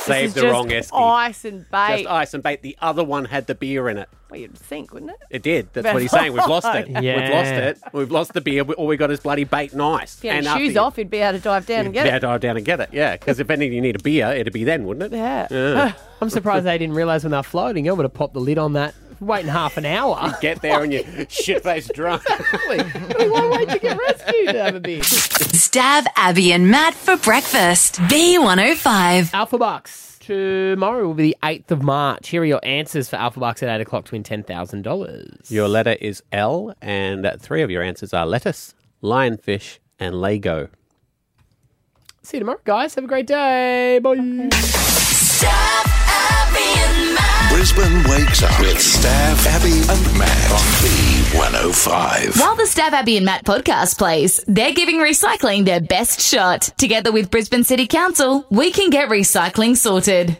S5: They saved the
S6: just
S5: wrong esky.
S6: ice and bait.
S5: Just ice and bait. The other one had the beer in it.
S6: Well, you'd think, wouldn't it?
S5: It did. That's what he's saying. We've lost it. We've lost
S4: Yeah.
S5: it. We've lost the beer. All we got is bloody bait and ice.
S6: If you had
S5: and
S6: your
S5: after
S6: shoes
S5: you-
S6: off, you'd be able to dive down and get
S5: yeah,
S6: it.
S5: dive down and get it. Yeah, because if anything, you need a beer, it'd be then, wouldn't it?
S6: Yeah. [laughs]
S4: I'm surprised they didn't realise when they're floating. I would have popped the lid on that. Waiting half
S5: [laughs]
S4: an hour. You
S5: get there and you [laughs] shit faced drunk.
S2: Stab Abby and Matt for breakfast. B105.
S4: Alpha Bucks. Tomorrow will be the 8th of March. Here are your answers for Alpha Bucks at 8 o'clock to win
S5: [laughs]
S4: $10,000.
S5: Your letter is L, and uh, three of your answers are lettuce, lionfish, and Lego.
S4: See you tomorrow, guys. Have a great day. Bye.
S3: Brisbane wakes up with Staff, Abby, and Matt on B105.
S8: While the Stab Abby and Matt podcast plays, they're giving recycling their best shot. Together with Brisbane City Council, we can get recycling sorted.